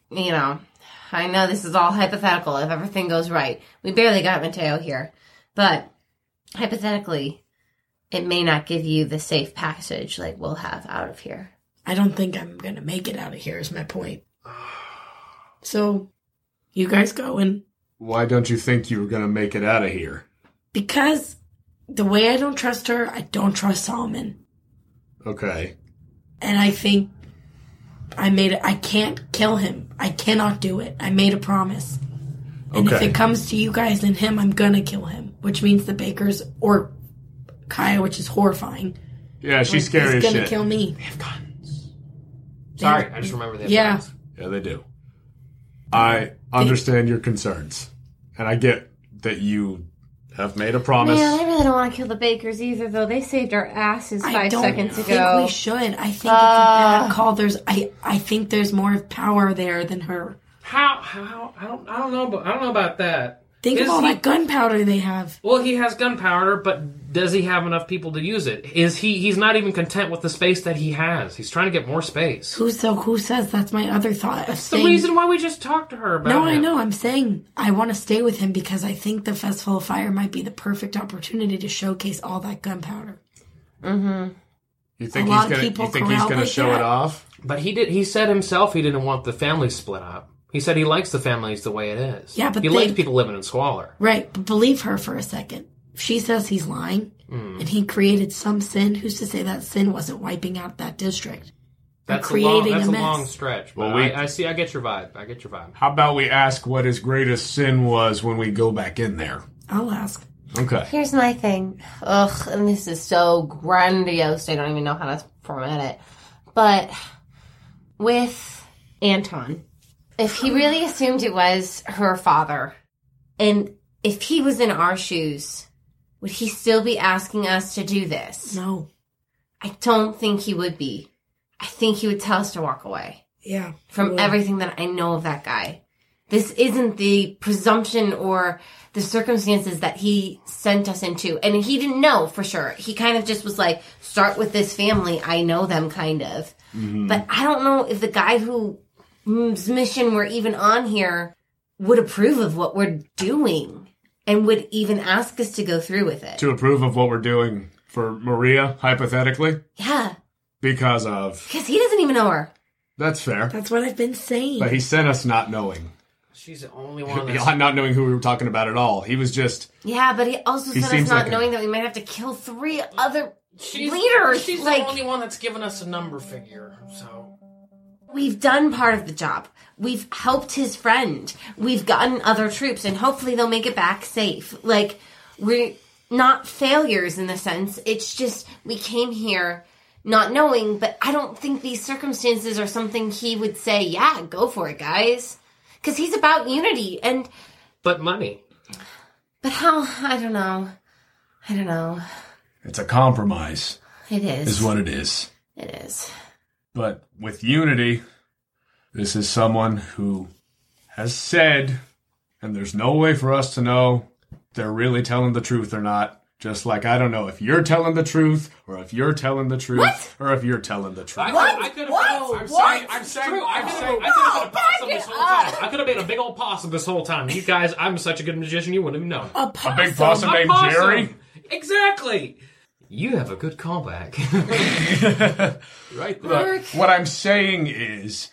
you know, I know this is all hypothetical if everything goes right. We barely got Mateo here, but hypothetically, it may not give you the safe passage like we'll have out of here.
I don't think I'm gonna make it out of here. Is my point. So, you guys go and
Why don't you think you were gonna make it out of here?
because the way I don't trust her, I don't trust Solomon,
Okay.
and I think I made it. I can't kill him. I cannot do it. I made a promise. And if
Okay.
it comes to you guys and him, I'm gonna kill him, which means the Bakers or Kaya, which is horrifying.
Yeah, she's scary
He's
as
gonna
shit.
kill me.
Sorry, I just remember that.
Yeah.
Yeah, they do. I understand your concerns, and I get that you have made a promise.
Man, I really don't want to kill the Bakers either, though. They saved our asses
I
five
don't
seconds Ah.
think
ago.
we should. I think it's a bad call. There's, I, I think there's more power there than her.
How? How? I don't. I don't know. But I don't know about that.
Think
Is
of all
he-
that gunpowder they have.
Well, he has gunpowder, but does he have enough people to use it? Is he? He's not even content with the space that he has. He's trying to get more space.
Who so? Who says? That's my other thought. That's
It's the reason why we just talked to her about.
No, I
him.
know. I'm saying I want to stay with him because I think the Festival of Fire might be the perfect opportunity to showcase all that gunpowder.
you think
a
he's
lot of
gonna?
people
You think he's
corral
gonna
like
show
that.
it off?
But he did. He said himself he didn't want the family split up. He said he likes the families the way it is.
Yeah, but
he
they-
likes people living in squalor.
Right, but believe her for a second. If She says he's lying,
Hmm.
and he created some sin. Who's to say that sin wasn't wiping out that district?
That's
creating
a long. That's
a
a,
mess.
long stretch. But
Well, we-
I, I see. I get your vibe. I get your vibe.
How about we ask what his greatest sin was when we go back in there?
I'll ask.
Okay.
Here's my thing. Ugh, and this is so grandiose. I don't even know how to format it. But with Anton, if he really assumed it was her father, and if he was in our shoes, would he still be asking us to do this?
No.
I don't think he would be. I think he would tell us to walk away
Yeah.
from everything that I know of that guy. This isn't the presumption or the circumstances that he sent us into. And he didn't know for sure. He kind of just was like, start with this family. I know them, kind of.
Mm-hmm.
But I don't know if the guy who- whose mission we're even on here would approve of what we're doing and would even ask us to go through with it.
To approve of what we're doing for Maria, hypothetically,
Yeah,
because of
because he doesn't even know her.
that's fair.
That's what I've been saying.
But he sent us not knowing,
She's the only one. That's,
not knowing who we were talking about at all. He was just
Yeah, but he also
He
said
seems
us not
like a-
knowing that we might have to kill three other
she's
leaders.
She's
like,
the only one that's given us a number figure. So
We've done part of the job. We've helped his friend. We've gotten other troops, and hopefully they'll make it back safe. Like, we're not failures in the sense. It's just we came here not knowing, but I don't think these circumstances are something he would say, yeah, go for it, guys. Because he's about unity, and,
but money.
but how? I don't know. I don't know.
it's a compromise,
It is.
is what it is.
it is.
But with unity, this is someone who has said, and there's no way for us to know if they're really telling the truth or not. Just like I don't know if you're telling the truth or if you're telling the truth or if you're telling the truth.
What? I could have what? I'm what? I'm true. I could have been a possum this whole time. I could have been a big old possum this whole time. You guys, I'm such a good magician, you wouldn't even know.
a, possum.
big possum named
Possum.
Jerry.
Exactly. You have a good *laughs* callback.
right there. What I'm saying is,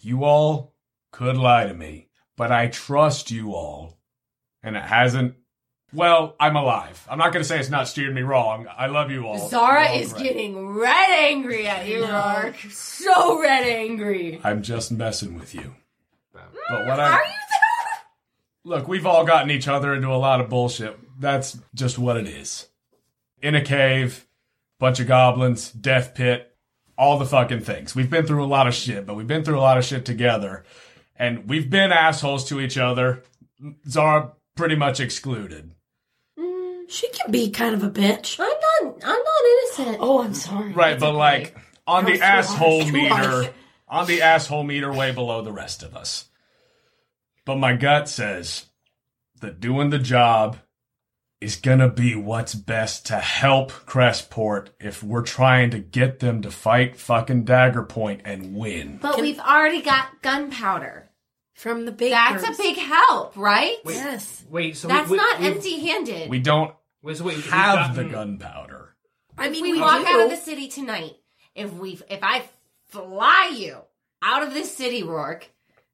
you all could lie to me, but I trust you all, and it hasn't. Well, I'm alive. I'm not going to say it's not steered me wrong. I love you all. You're
Zara
all
is
great.
getting red angry at you, Rourke. So red angry.
I'm just messing with you. But what I
Mm, Are you though?
look, we've all gotten each other into a lot of bullshit. That's just what it is. In a cave, bunch of goblins, death pit, all the fucking things. We've been through a lot of shit, but we've been through a lot of shit together, and we've been assholes to each other. Zara pretty much excluded.
She can be kind of a bitch.
I'm not not. I'm not innocent.
Oh, I'm sorry.
Right, but like on the
That's
asshole
why.
meter, on the asshole meter, way below the rest of us. But my gut says that doing the job is gonna be what's best to help Crestport if we're trying to get them to fight fucking Dagger Point and win.
But we've already got gunpowder.
From the big.
That's a big help, right?
Yes.
Wait, so
That's
we, we,
not
we,
empty-handed.
We don't
Wait, so wait, we've
have the
gotten-
gunpowder.
I mean,
we,
we
walk
do.
out of the city tonight. If we, if I fly you out of this city, Rourke,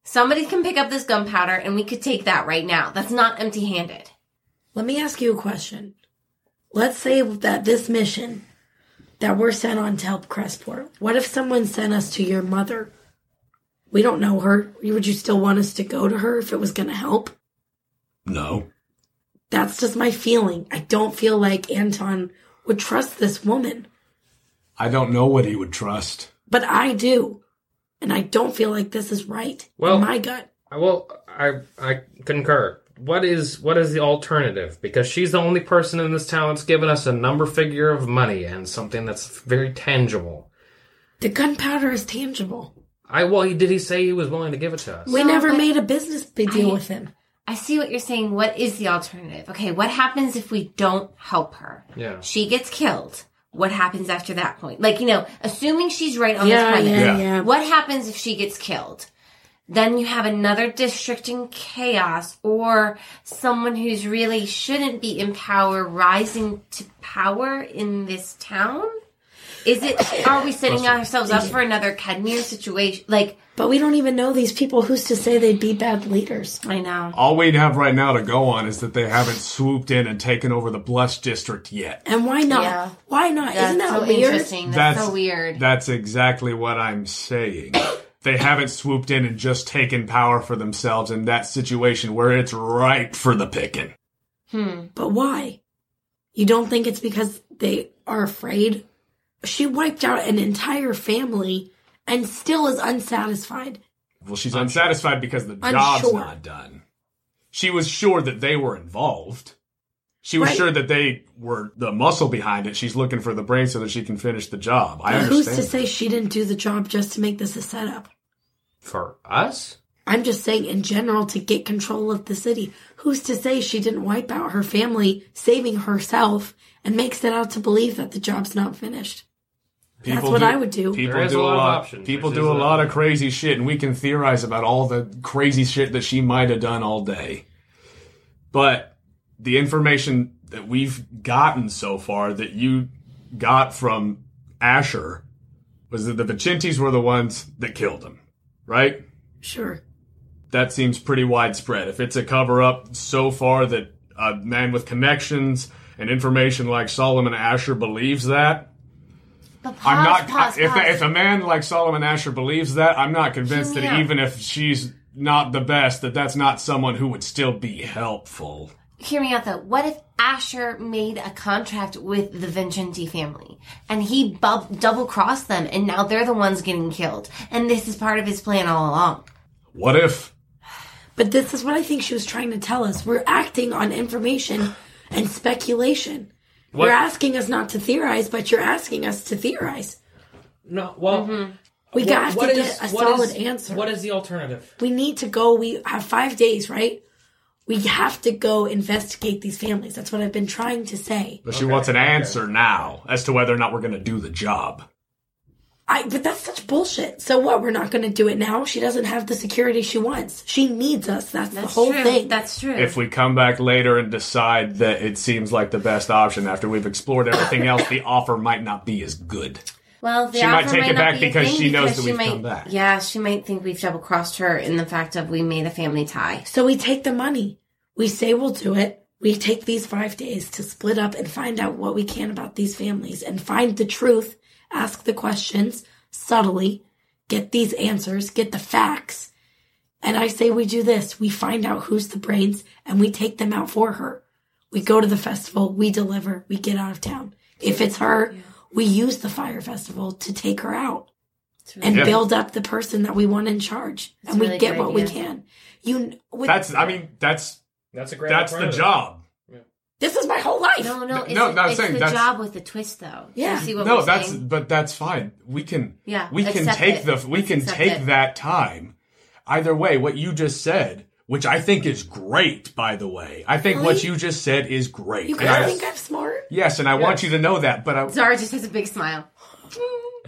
somebody can pick up this gunpowder and we could take that right now. That's not empty-handed.
Let me ask you a question. Let's say that this mission that we're sent on to help Crestport, what if someone sent us to your mother? We don't know her. Would you still want us to go to her if it was going to help?
No.
That's just my feeling. I don't feel like Anton would trust this woman,
I don't know what he would trust.
but I do. And I don't feel like this is right.
Well-
in my gut.
Well, I I concur. What is what is the alternative? Because she's the only person in this town that's given us a number figure of money and something that's very tangible.
The gunpowder is tangible.
I well, he, did he say he was willing to give it to us?
We
No,
never
but
made a business big deal
I-
with him.
I see what you're saying. What is the alternative? Okay, what happens if we don't help her?
Yeah.
She gets killed. What happens after that point? Like, you know, assuming she's right on
Yeah,
this premise,
yeah, yeah.
what happens if she gets killed? Then you have another district in chaos or someone who's really shouldn't be in power rising to power in this town? Is it, are we setting ourselves up for another Kedmir situation? Like,
But we don't even know these people. Who's to say they'd be bad leaders?
I know.
All we'd have right now to go on is that they haven't swooped in and taken over the Blush District yet.
And why not?
Yeah.
Why not?
That's
Isn't that
so
weird?
interesting. That's, so weird.
That's exactly what I'm
*coughs*
saying. they haven't swooped in and just taken power for themselves in that situation where it's ripe for the picking.
hmm.
But why? You don't think it's because they are afraid? She wiped out an entire family and still is unsatisfied.
Well, she's unsatisfied because the job's
Unsure.
not done. She was sure that they were involved. She was
Right.
sure that they were the muscle behind it. She's looking for the brain so that she can finish the job. I
But who's
understand.
to say she didn't do the job just to make this a setup?
For us?
I'm just saying, in general, to get control of the city. Who's to say she didn't wipe out her family, saving herself, and makes it out to believe that the job's not finished? That's what I would do.
People
There is
do
a lot of options.
People
There's
do a
a-
lot of crazy shit, and we can theorize about all the crazy shit that she might have done all day. But the information that we've gotten so far, that you got from Asher, was that the Vicentis were the ones that killed him, right?
Sure.
That seems pretty widespread. If it's a cover up so far that a man with connections and information like Solomon Asher believes that,
But pause,
I'm not.
pause,
if,
pause.
if a man like Solomon Asher believes that, I'm not convinced
Hear
that
me out.
even if she's not the best, that that's not someone who would still be helpful.
Hear me out though. What if Asher made a contract with the Vincenti family and he bub- double crossed them and now they're the ones getting killed? And this is part of his plan all along.
What if?
But this is what I think she was trying to tell us. We're acting on information and speculation. You're asking us not to theorize, but you're asking us to theorize.
No. Well,
We
what-
got
what
to
is-
Mm-hmm. get a
what
solid
is-
answer.
What is the alternative?
we need to go. We have five days, right? We have to go investigate these families. That's what I've been trying to say.
But she wants an answer now as to whether or not we're going to do the job.
I, but that's such bullshit. So what? We're not going to do it now. She doesn't have the security she wants. She needs us. That's, the
That's
whole
true.
thing.
That's true.
If we come back later and decide that it seems like the best option after we've explored everything else, the offer might not be as good.
well, the
she might
offer
take it
not
back
be a
because
thing
she knows
because
that
she
we've
might-
come back.
Yeah, she might think we've double crossed her in the fact of we made a family tie.
So we take the money. We say we'll do it. We take these five days to split up and find out what we can about these families and find the truth, ask the questions subtly, get these answers, get the facts. And I say we do this. We find out who's the brains and we take them out for her. We go to the festival, we deliver, we get out of town. If it's her, we use the fire festival to take her out and
Yeah.
build up the person that we want in charge.
That's
and
a
we
really
get
good
what we
idea.
can. You kn- with
That's. I mean, that's
That's a great.
that's the
alternative.
job.
Yeah.
This is my whole life.
No, no, it's,
no, not
it's
saying
the
that's-
job with the twist, though.
Yeah.
You see what
No,
we're
that's
saying?
but that's fine. We can
Yeah,
we can
accept
take
it.
the we
Let's
can
accept
take
it.
that time. Either way, what you just said, which I think is great, by the way, I think what you just said is great.
You
And I-
guys think I'm smart?
yes, and I want you to know that, but I
Zara just has a big smile.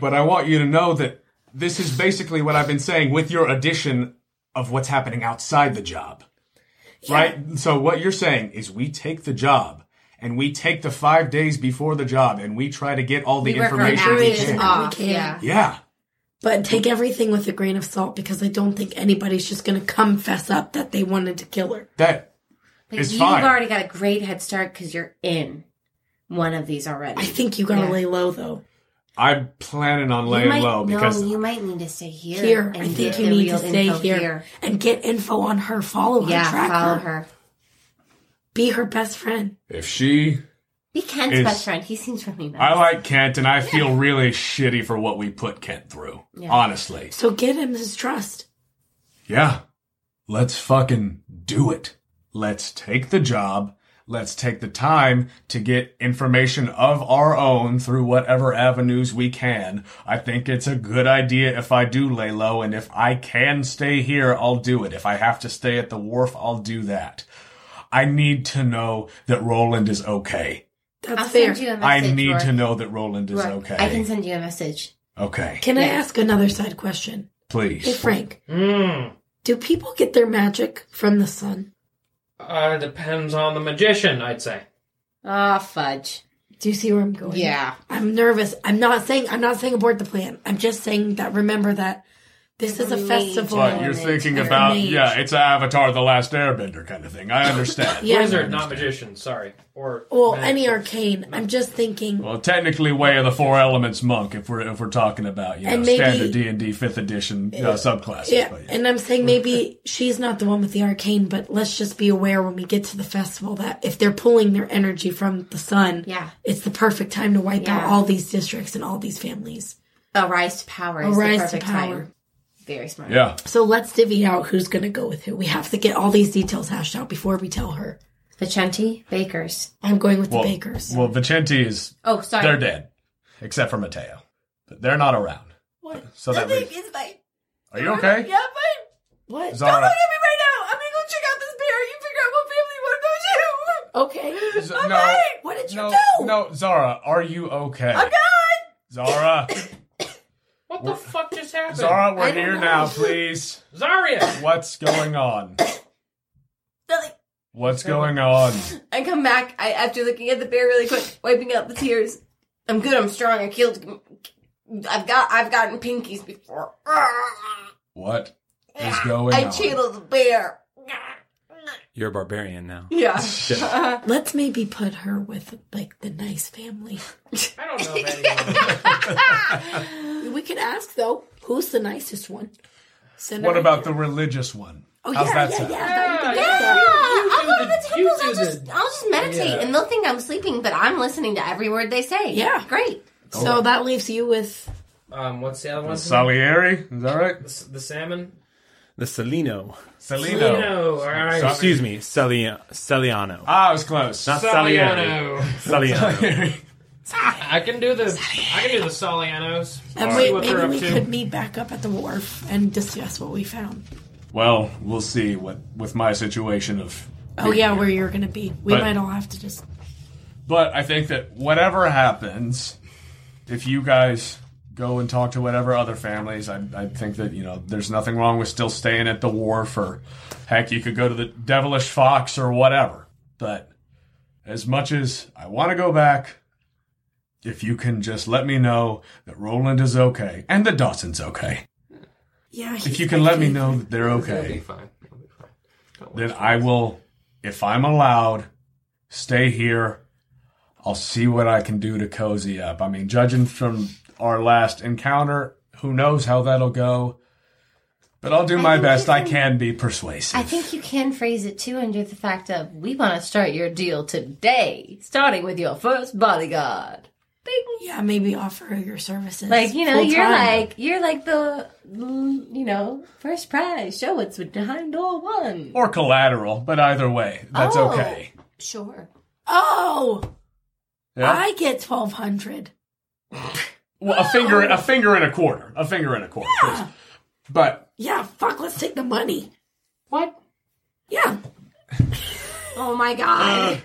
but I want you to know that this is basically what I've been saying with your addition of what's happening outside the job. Right? So what you're saying is we take the job and we take the 5 days before the job and we try to get all the
We work our
information we
hours
can.
off.
We can.
Yeah.
Yeah.
But take everything with a grain of salt because I don't think anybody's just going to come fess up that they wanted to kill her.
That
But
It's
you've
fine.
already got a great head start because you're in one of these
I
already.
think you got to
Yeah.
lay low though.
I'm planning on laying
you might,
low because
no, you might need to stay here.
Here,
and
I think
get
you
the
need to
real
stay
info
here, and get info on her. Follow her,
Yeah,
track
follow
her,
her.
be her best friend.
if she
Be Ken's
Is-
best friend. He seems really nice.
I like Kent and I feel really shitty for what we put Kent through.
Yeah.
Honestly.
So get him his trust.
Yeah. Let's fucking do it. Let's take the job. Let's take the time to get information of our own through whatever avenues we can. I think it's a good idea if I do lay low, and if I can stay here, I'll do it. If I have to stay at the wharf, I'll do that. I need to know that Roland is okay.
That's
I'll
fair.
send you a
I
message.
need
Rourke.
to know that Roland is
Rourke, I can
okay.
send you a message.
Okay,
Can I
Yeah.
ask another side question? Hey
please.
Frank,
Mm.
do people get their magic from the sun?
Uh, depends on the magician, I'd say.
Ah, fudge.
Do you see where I'm going?
Yeah.
I'm nervous. I'm not saying I'm not saying abort the plan. I'm just saying that remember that this is a
Mage.
festival.
But
But
you're
you're
thinking
Or
about,
mage.
yeah, it's Avatar The Last Airbender kind of thing. I understand.
Yeah.
Wizard, not magician. Sorry. Or
Well,
magic.
any arcane. I'm just thinking
Well, technically, way of the four elements monk. If we're if we're talking about you know
And maybe-
standard D and D fifth edition uh, subclasses,
Yeah,
but yeah.
and I'm saying maybe she's not the one with the arcane, but let's just be aware when we get to the festival that if they're pulling their energy from the sun,
Yeah.
it's the perfect time to wipe out
Yeah.
all these districts and all these families.
A rise to power is
rise to
the perfect
power.
time. Very smart.
yeah,
So let's divvy out who's going to go with who. We have to get all these details hashed out before we tell her.
Vicente, Bakers.
I'm going with
well,
the bakers.
Well, Vicente is
Oh, sorry.
they're dead, except for Mateo, but they're not around.
What?
So that
Nothing
means-
is fine.
Are you okay?
Yeah, I'm fine.
what?
Don't
Zara,
look at me right now. I'm gonna go check out this bear. You figure out what family you want to go to.
Okay.
Z-
I'm
no,
fine.
What did you
no,
do?
no, Zara, are you okay?
I'm gone.
*coughs*
Zara,
What the fuck just happened?
Zara, we're
I don't
here
know.
now, please.
Zarya!
What's going
*coughs*
on?
Nothing.
What's going on?
I come back I, after looking at the bear really quick, wiping out the tears. I'm good. I'm strong. I killed. I've got. I've gotten pinkies before.
What is going
I
on?
channeled the bear.
You're a barbarian now.
Yeah.
Let's maybe put her with like the nice family.
I don't know if
*laughs*
anyone.
We could ask though, who's the nicest one? Send
What
her-
about the religious one?
Oh
How's
yeah,
that
yeah,
sound?
yeah. I thought you could
Yeah,
get that.
I'll go to the
You
temples.
do
I'll just,
the-
I'll just meditate,
Yeah.
and they'll think I'm sleeping, but I'm listening to every word they say.
Yeah.
great.
Oh.
So that leaves you with
Um, what's the other one?
Salieri, is that right?
The s- the salmon?
The Salino.
Salino.
All right.
Excuse me, Celia, Celiano.
Ah, I was close.
Not Saliano.
Saliano.
Celiano.
I can do the I can do the Solianos.
And
See
wait,
what
maybe
they're up
we
to.
could meet back up at the wharf and discuss what we found.
Well, we'll see what with my situation of.
Oh yeah, where you're gonna be. We
But-
might all have to just.
But I think that whatever happens, if you guys go and talk to whatever other families, I, I think that you know there's nothing wrong with still staying at the wharf, or heck, you could go to the Devilish Fox or whatever. But as much as I want to go back, if you can just let me know that Roland is okay and that Dawson's okay,
Yeah.
if
he's
you can let me
like-
know that they're
It'll be
okay.
fine. It'll be fine. Don't worry.
then I will, if I'm allowed, stay here. I'll see what I can do to cozy up. I mean, judging from our last encounter, who knows how that'll go. But I'll do
I
my
think you
best. I
can-
can be persuasive.
I think you can phrase it too under the fact of we want to start your deal today, starting with your first bodyguard. Bing.
Yeah, maybe offer her your services.
Like you know,
full
you're
time.
like you're like the mm, you know first prize. Show it's behind door one.
or collateral, but either way, that's
Oh.
okay.
Sure.
Oh,
Yeah?
I get twelve hundred.
well, a finger, a finger and a quarter, a finger and a quarter.
*gasps*
But
Yeah, fuck. Let's take the money.
What?
Yeah,
Oh my god.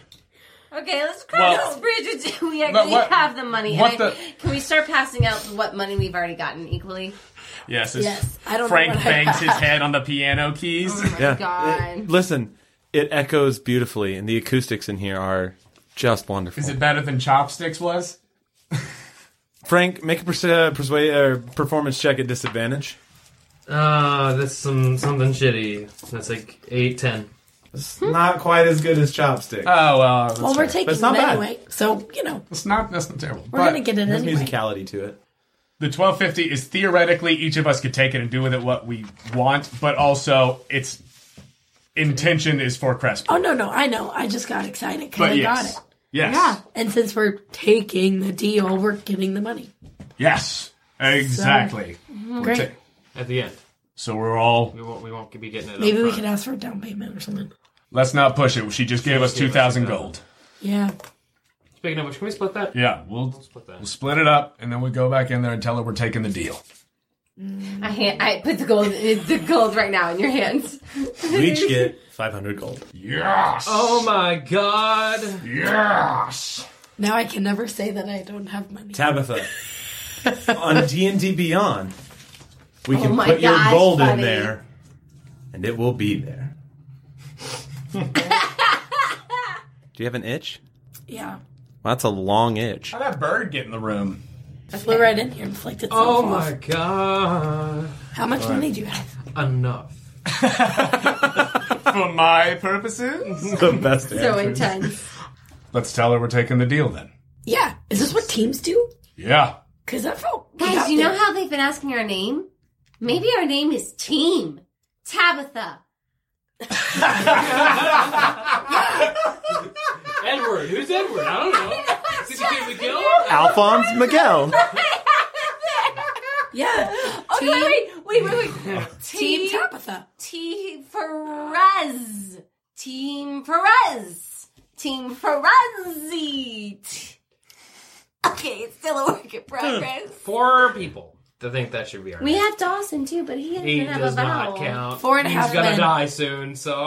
okay, let's cross
Well-
this bridge. until *laughs* We
But
actually
what-
have the money.
what
And
the-
can we start passing out what money we've already gotten equally?
yes, it's,
Yes, I don't know
Frank
what I
bangs
have. *laughs*
his head on the piano keys.
Oh my god.
Listen, it echoes beautifully, and the acoustics in here are just wonderful.
Is it better than chopsticks was?
Frank, make a persu- uh, persuade or performance check at disadvantage.
Uh, that's some something shitty. That's like eight, ten.
It's not quite as good as chopsticks.
Oh well, that's,
well, we're taking
That's not
them
bad.
anyway, so you know
that's not that's not terrible.
we're gonna get it
There's
anyway.
musicality to it.
The 1250 is theoretically each of us could take it and do with it what we want, but also its intention is for Crest.
Oh no, no, I know. I just got excited because
but
I
yes.
got it.
Yes.
And since we're taking the deal, we're getting the money.
Yes. Exactly.
mm-hmm. Great.
Okay.
At the end,
So we're all
we won't we won't be getting it.
Maybe we
up front.
could ask for a down payment or something.
let's not push it. She just gave us
She gave us
2000
2,000.
gold.
Yeah.
Speaking of which, can we split that?
Yeah, we'll
Split
we'll
that.
split it up and then we go back in there and tell her we're taking the deal.
I, hand, I put the gold the gold right now in your hands.
We each get 500 gold.
Yes.
Oh my god!
Yes.
Now I can never say that I don't have money.
Tabitha, on D and D Beyond, we can
Oh my
put
gosh,
your gold in
buddy.
there, and it will be there. Do you have an itch?
Yeah.
Well, that's a long itch.
How'd that bird get in the room?
I flew right in here and flicked itself
Oh
off.
my god!
How much money do you have?
Enough.
For my purposes.
The best
So *laughs* intense.
let's tell her we're taking the deal then.
Yeah. Is this what teams do?
Yeah.
Because that felt. we
Guys,
got
you know
there.
how they've been asking our name? Maybe our name is Team Tabitha.
Edward, who's Edward? I don't *laughs* know. Is he the kid we killed?
Alphonse Miguel.
*laughs* Yeah.
Oh, no, *laughs* wait, wait, wait, wait, wait.
Team
Team
Tabitha.
Team Perez. Team Perez. Team Perez. Okay, it's still a work in progress.
Four people to think that should be our.
We
name.
have Dawson too, but he doesn't
He
have a
does not
vowel.
count.
Four and a
he's
half
gonna
men.
die
*laughs*
soon. So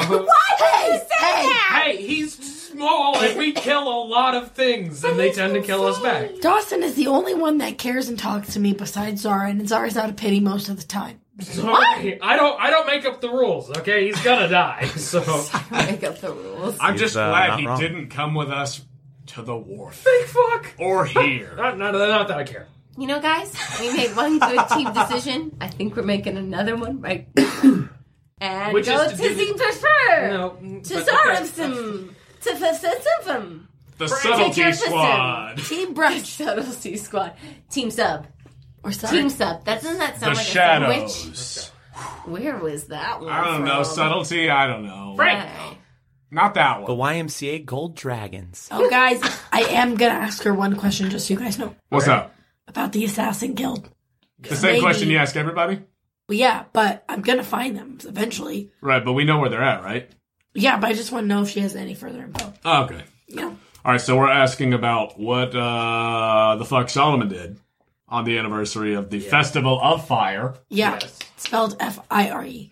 Hey,
hey, he's small, and we kill a lot of things, and they tend to kill us back.
Dawson is the only one that cares and talks to me besides Zara, and Zara's out of pity most of the time.
Sorry, I don't. I don't make up the rules. Okay, he's gonna die. *laughs* So big
Make up the rules.
I'm
He's,
just
uh,
glad
not
he
wrong.
didn't come with us to the wharf
fuck.
*laughs* or here.
*laughs*
Not, not, not that I care.
You know, guys, we made one good *laughs* team decision. I think we're making another one *coughs* right. and
Which
go
is
to,
to
to
do-
Team Prefer.
No,
To
but-
Zarumsum. To Fasentum.
The
Take
subtlety
your
squad.
Team Brush.
Subtlety squad. Team sub.
Or
Team
something.
sub. That doesn't that
The
sound like a sandwich?
shadows.
Where was that one?
I don't know.
from?
Subtlety, I don't know.
Frank.
Not that
The
one.
YMCA Gold Dragons.
*laughs* Oh, guys, I am going to ask her one question just so you guys know
What's up?
about the Assassin Guild.
The same
Maybe-
question you ask everybody?
Well, yeah, but I'm going to find them eventually.
Right, but we know where they're at, right?
Yeah, but I just want to know if she has any further info.
Oh, okay.
You know?
All right, so we're asking about what uh, the fuck Solomon did on the anniversary of the Festival of Fire.
Yeah. Spelled F I R E,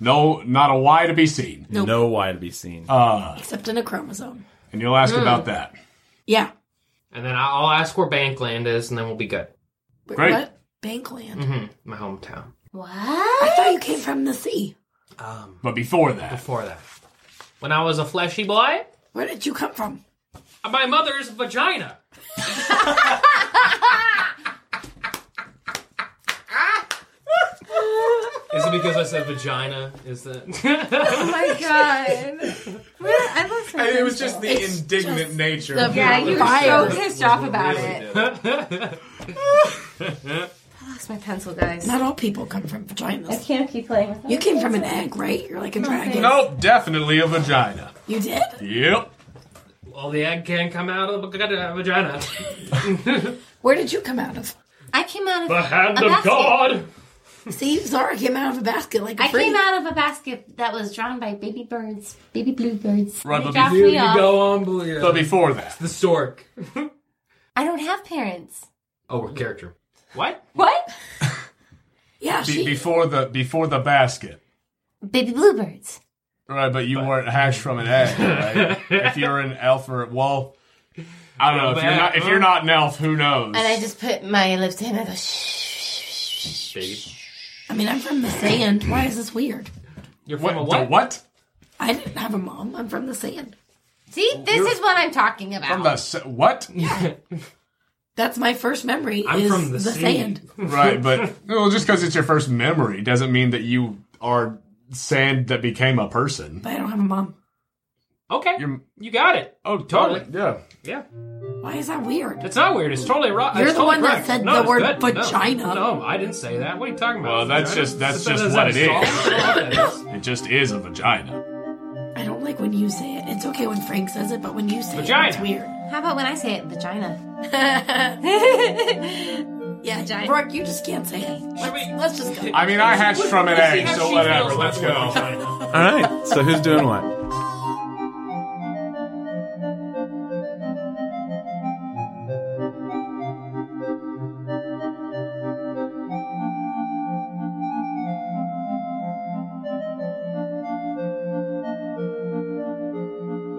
No, not a Y to be seen.
Nope.
No Y to be seen.
Uh,
except in a chromosome.
And you'll
Hmm.
ask about that.
Yeah.
And then I'll ask where Bankland is, and then we'll be good.
Wait,
Great.
What? Bankland.
Mm-hmm. My hometown.
I
What?
thought you came from the sea.
Um,
But before that,
before that, when I was a fleshy boy,
Where did you come from?
my mother's vagina. Is it because I said vagina? Is that?
Oh my god. Where, I love her.
it was just the indignant nature. of
Yeah,
the
you
Fire.
were so pissed off about it. I lost my pencil, guys.
Not all people come from vaginas.
Can't keep playing with
You came from an egg, right? You're like a dragon.
Nope, definitely a vagina.
You did?
Yep.
well, the egg can't come out of the vagina.
Where did you come out of?
I came out of
The hand
a
of
basket.
God.
See, Zara came out of a basket like a
I
freak.
came out of a basket that was drawn by baby birds, baby bluebirds.
Right,
They
but
dropped
Dude,
me
you
off.
go on blue.
But before that,
the stork.
I don't have parents.
Oh, we're character. What?
What?
Yeah,
be-
she.
before the before the basket.
Baby bluebirds.
Right, but you weren't hashed from an egg, right? if you're an elf or well, I don't know. If you're
Back,
not if you're
huh?
not an elf, who knows?
And I just put my lips to him and I go, shh.
Baby.
I mean, I'm from the sand. Why is this weird?
You're
what
from a
the
what?
what?
I didn't have a mom. I'm from the sand.
See, this is what I'm talking
From
about.
the s- what?
That's my first memory.
I'm
is
from the sea.
sand.
right, but well, just because it's your first memory doesn't mean that you are sand that became a person.
But I don't have a mom.
Okay,
You're-
you got it.
Oh,
totally.
Yeah.
Yeah,
Why is that weird?
that's not weird. It's totally right.
You're
it's
the
totally
one that
correct.
said
No,
the
it's
word
good. No,
vagina.
No, I didn't say that. What are you talking about?
Well, that's
Vagina?
just- that's
Is that-
just
is
what
that
it
a
is.
song? That is.
It just is a vagina.
I don't like when you say it. It's okay when Frank says it, but when you say
Vagina.
it, it's weird.
How about when I say it, vagina?
Yeah,
Vagina.
Brooke, you just can't say it. Let's,
we-
let's just go.
I mean, I hatched from an egg,
how
so
she
whatever.
feels
Let's
about
go.
All right. So who's doing what?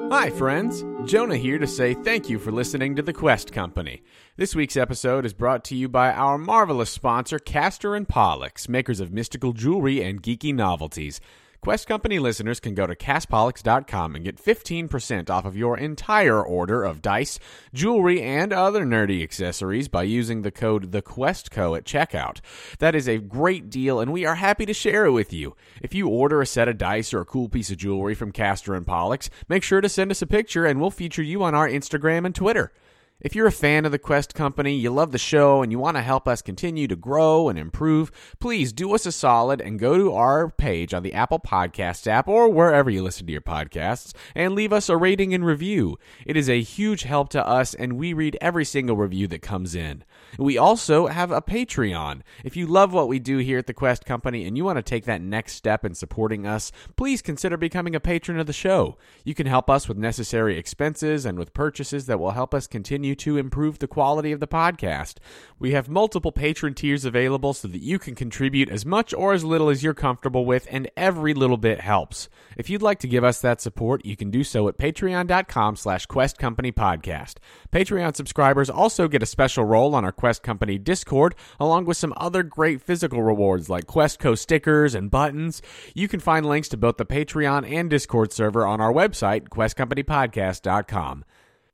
Hi, friends. Jonah here to say thank you for listening to The Quest Company. This week's episode is brought to you by our marvelous sponsor, Castor and Pollux, makers of mystical jewelry and geeky novelties. Quest Company listeners can go to castpollux.com and get 15% off of your entire order of dice, jewelry, and other nerdy accessories by using the code TheQuestCo at checkout. That is a great deal, and we are happy to share it with you. If you order a set of dice or a cool piece of jewelry from Castor and Pollux, make sure to send us a picture and we'll feature you on our Instagram and Twitter. If you're a fan of the Quest Company, you love the show, and you want to help us continue to grow and improve, please do us a solid and go to our page on the Apple Podcasts app or wherever you listen to your podcasts and leave us a rating and review. It is a huge help to us, and we read every single review that comes in. We also have a Patreon. If you love what we do here at the Quest Company and you want to take that next step in supporting us, please consider becoming a patron of the show. You can help us with necessary expenses and with purchases that will help us continue to improve the quality of the podcast. We have multiple patron tiers available so that you can contribute as much or as little as you're comfortable with, and every little bit helps. If you'd like to give us that support, you can do so at patreon.com slash quest company podcast. Patreon subscribers also get a special role on our Quest Company Discord, along with some other great physical rewards like Questco stickers and buttons. You can find links to both the Patreon and Discord server on our website, questcompanypodcast.com.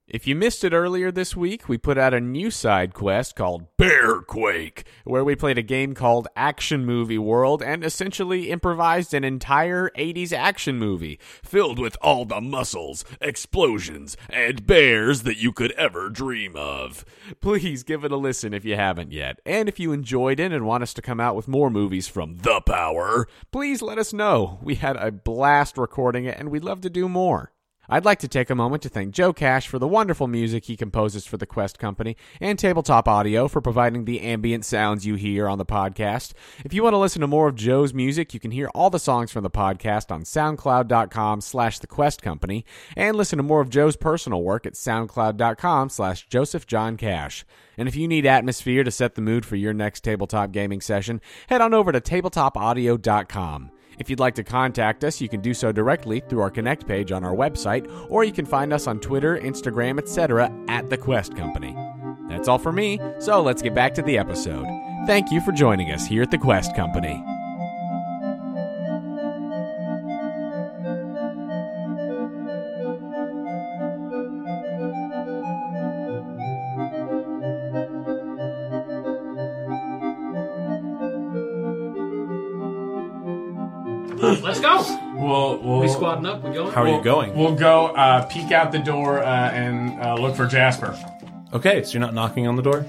If you missed it earlier this week, we put out a new side quest called Bear Quake, where we played a game called Action Movie World and essentially improvised an entire 80s action movie filled with all the muscles, explosions, and bears that you could ever dream of. *laughs* Please give it a listen if you haven't yet. And if you enjoyed it and want us to come out with more movies from The Power, please let us know. We had a blast recording it and we'd love to do more. I'd like to take a moment to thank Joe Cash for the wonderful music he composes for the Quest Company and Tabletop Audio for providing the ambient sounds you hear on the podcast. If you want to listen to more of Joe's music, you can hear all the songs from the podcast on soundcloud.com slash the Quest Company and listen to more of Joe's personal work at soundcloud.com slash Joseph John Cash. And if you need atmosphere to set the mood for your next tabletop gaming session, head on over to tabletopaudio.com. If you'd like to contact us, you can do so directly through our Connect page on our website, or you can find us on Twitter, Instagram, etc. at The Quest Company. That's all for me, so let's get back to the episode. Thank you for joining us here at The Quest Company.
Let's go.
Well, well,
We squadding up. We going.
How are you going?
We'll go uh, peek out the door uh, and uh, look for Jasper.
Okay. So you're not knocking on the door.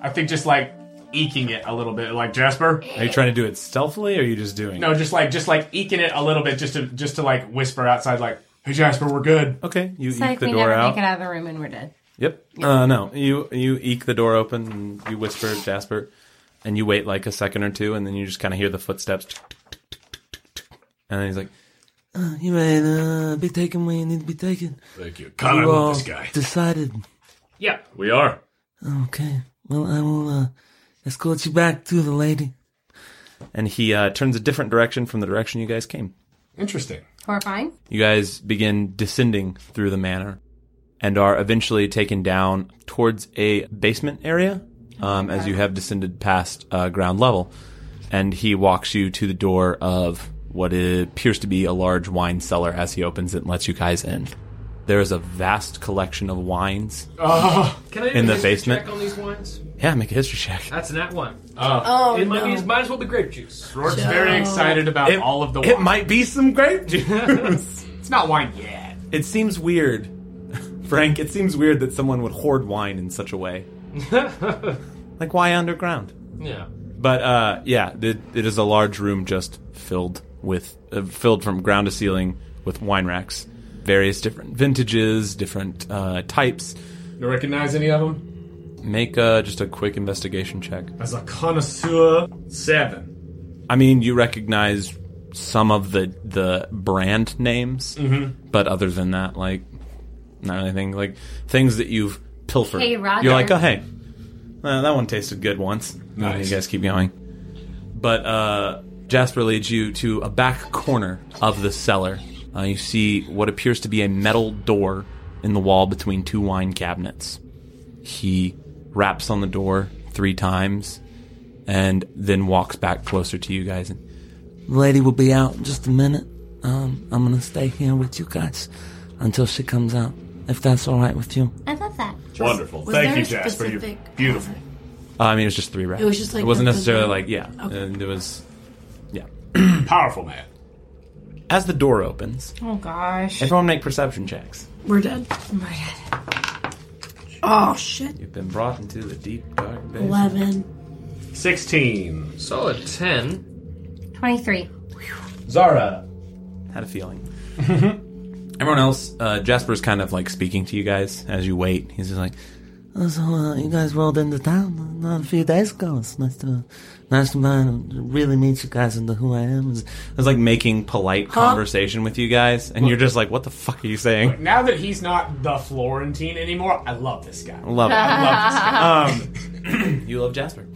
I think just like eking it a little bit, like Jasper.
Are you trying to do it stealthily, or are you just doing?
No, just like just like eking it a little bit, just to just to like whisper outside, like, "Hey, Jasper, we're good."
It? Okay. You
It's like
eke the
we
door
never
out.
make it out of the room and we're dead.
Yep. Uh, no. You you eke the door open. And you whisper Jasper, and you wait like a second or two, and then you just kind of hear the footsteps. And then he's like, oh, "You may uh, be taken where you need to be taken."
Thank you. God, I
You all
love this guy.
Decided.
Yeah.
We are.
Okay. Well, I will uh, escort you back to the lady. And he uh, turns a different direction from the direction you guys came.
Interesting.
Horrifying.
You guys begin descending through the manor and are eventually taken down towards a basement area um, as you have descended past uh, ground level. And he walks you to the door of what appears to be a large wine cellar as he opens it and lets you guys in. There is a vast collection of wines.
Can I do
In the
a history
basement?
check on these wines?
Yeah, make a history check.
That's not one.
Oh,
it might, be, might as well be grape juice.
Rourke's very excited about all of the wine.
It might be some grape juice. *laughs*
It's not wine yet.
it seems weird, *laughs* Frank. It seems weird that someone would hoard wine in such
*laughs*
a way. like why underground?
Yeah.
But uh, yeah, it, it is a large room just filled with uh, filled from ground to ceiling with wine racks, various different vintages, different uh, types.
You recognize any of them?
Make uh, just a quick investigation check.
As a connoisseur, seven.
I mean, you recognize some of the the brand names, but other than that, like not anything like things that you've pilfered.
Hey, Roger.
You're like, oh hey, uh, that one tasted good once.
Nice.
You guys keep going, but uh, Jasper leads you to a back corner of the cellar. Uh, you see what appears to be a metal door in the wall between two wine cabinets. He raps on the door three times and then walks back closer to you guys. And, Lady will be out in just a minute. Um, I'm gonna stay here with you guys until she comes out, if that's all right with you.
I love that.
Wonderful.
was
Thank
there
you,
a
Jasper. You're
specific-
beautiful.
Uh, I mean, it was just three reps.
was just like
it wasn't
the-
necessarily
the-
like yeah. And it was yeah.
Powerful man.
As the door opens,
Oh gosh.
everyone make perception checks.
We're dead. Oh shit.
You've been brought into the deep dark basement.
Eleven.
16.
Solid ten.
Twenty-three.
Zara.
Had a feeling. *laughs* Everyone else, uh, Jasper's kind of like speaking to you guys as you wait. He's just like, oh, "So uh, you guys rolled into town uh, a few days ago. It's nice to, nice to meet and really meet you guys into who I am." It's, it's like making polite conversation with you guys, and you're just like, "What the fuck are you saying?"
Now that he's not the Florentine anymore, I love this guy.
*laughs* Love it.
I
Um, *clears throat* you love Jasper.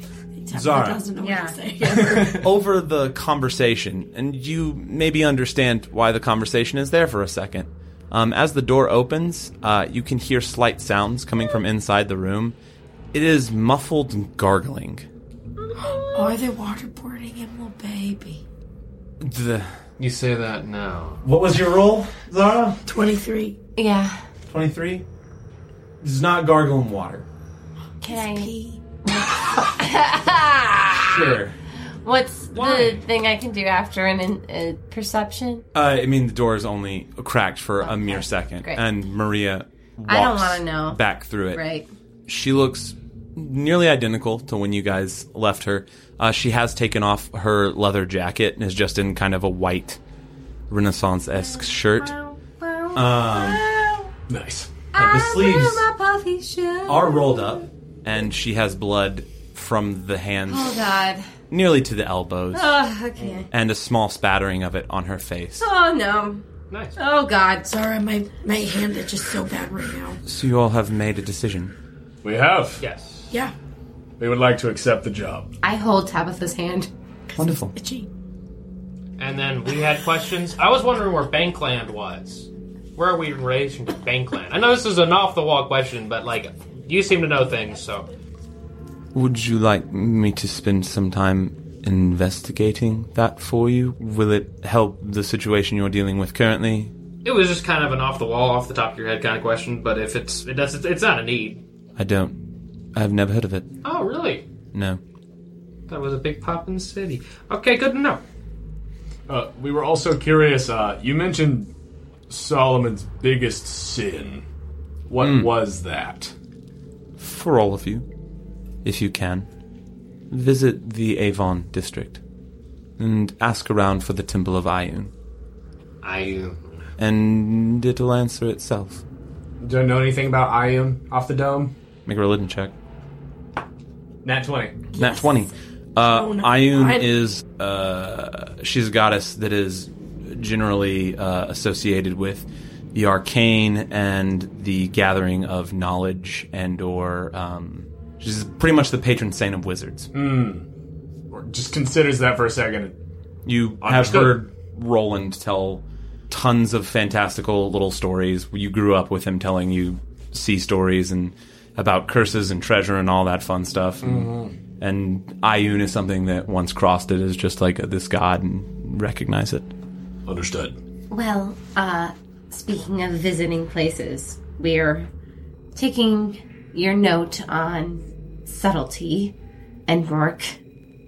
Zara
Zara.
doesn't know
Yeah.
what to say. *laughs* Yeah.
over the conversation, and you maybe understand why the conversation is there for a second. Um, as the door opens, uh, you can hear slight sounds coming from inside the room. It is muffled and gargling.
Are they waterboarding him, little baby?
The,
You say that now.
What was your role, Zara?
Twenty-three.
Yeah.
23? This is not gargling water.
Can I? *laughs* Ah!
P.
sure.
What's the thing I can do after an, an uh, perception?
Uh, I mean, the door is only cracked for a mere second,
great.
and Maria. Walks
I don't wanna know.
Back through it.
Right.
She looks nearly identical to when you guys left her. Uh, she has taken off her leather jacket and is just in kind of a white Renaissance esque shirt.
love Nice.
But the Uh, sleeves
puffy shirt.
are rolled up, and she has blood from the hands
Oh God.
nearly to the elbows,
Oh, okay.
and a small spattering of it on her face.
Oh no.
Nice.
Oh God.
Zara, my my hand is just so bad right now.
So you all have made a decision.
We have.
Yes.
Yeah.
We would like to accept the job.
I hold Tabitha's hand.
Wonderful.
Itchy.
And then we had questions. I was wondering where Bankland was. Where are we in relation to Bankland? I know this is an off the wall question, but like, you seem to know things, so.
Would you like me to spend some time investigating that for you? Will it help the situation you're dealing with currently?
It was just kind of an off the wall, off the top of your head kind of question, but if it's, it does, it's not a need.
I don't. I've never heard of it.
Oh, really?
No.
That was a big poppin' city. Okay, good to know.
Uh, we were also curious. Uh, you mentioned Solomon's biggest sin. What was that?
For all of you, if you can, visit the Avon district and ask around for the Temple of Ayun,
I,
and it'll answer itself.
Don't know anything about Ion off the dome.
Make a religion check.
Nat twenty.
Nat 20. Uh,
Oh, no.
Ayun
I-
is uh, she's a goddess that is generally uh, associated with the arcane and the gathering of knowledge and or um, she's pretty much the patron saint of wizards.
Just considers that for a second.
You have
Understood.
heard Roland tell tons of fantastical little stories. You grew up with him telling you sea stories and about curses and treasure and all that fun stuff. And, and Iyun is something that once crossed it is just like this god and recognize it.
Understood.
Well, uh, speaking of visiting places, we're taking your note on subtlety and work.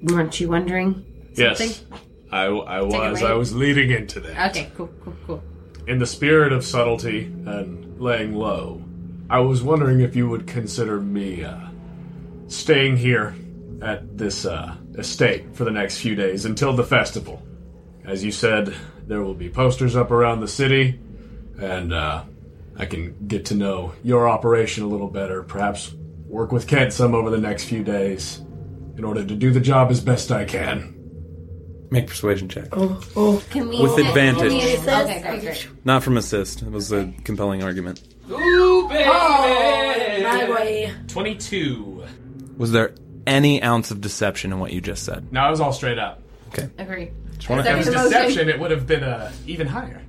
Weren't you wondering?
Yes.
Something?
I, I was.
away.
I was leading into that.
Okay, cool, cool, cool.
In the spirit of subtlety and laying low, I was wondering if you would consider me uh, staying here at this uh, estate for the next few days until the festival. As you said, there will be posters up around the city, and uh, I can get to know your operation a little better. Perhaps work with Kent some over the next few days in order to do the job as best I can.
Make persuasion check.
Can we
With
can
advantage.
we- Okay, great, great.
Not from assist. It was a compelling argument.
Ooh, baby!
My way.
22.
Was there any ounce of deception in what you just said?
Now I was all straight up.
Agree.
wanna-
That
If
was
it
the
was
most-
deception, it would have been uh, even higher.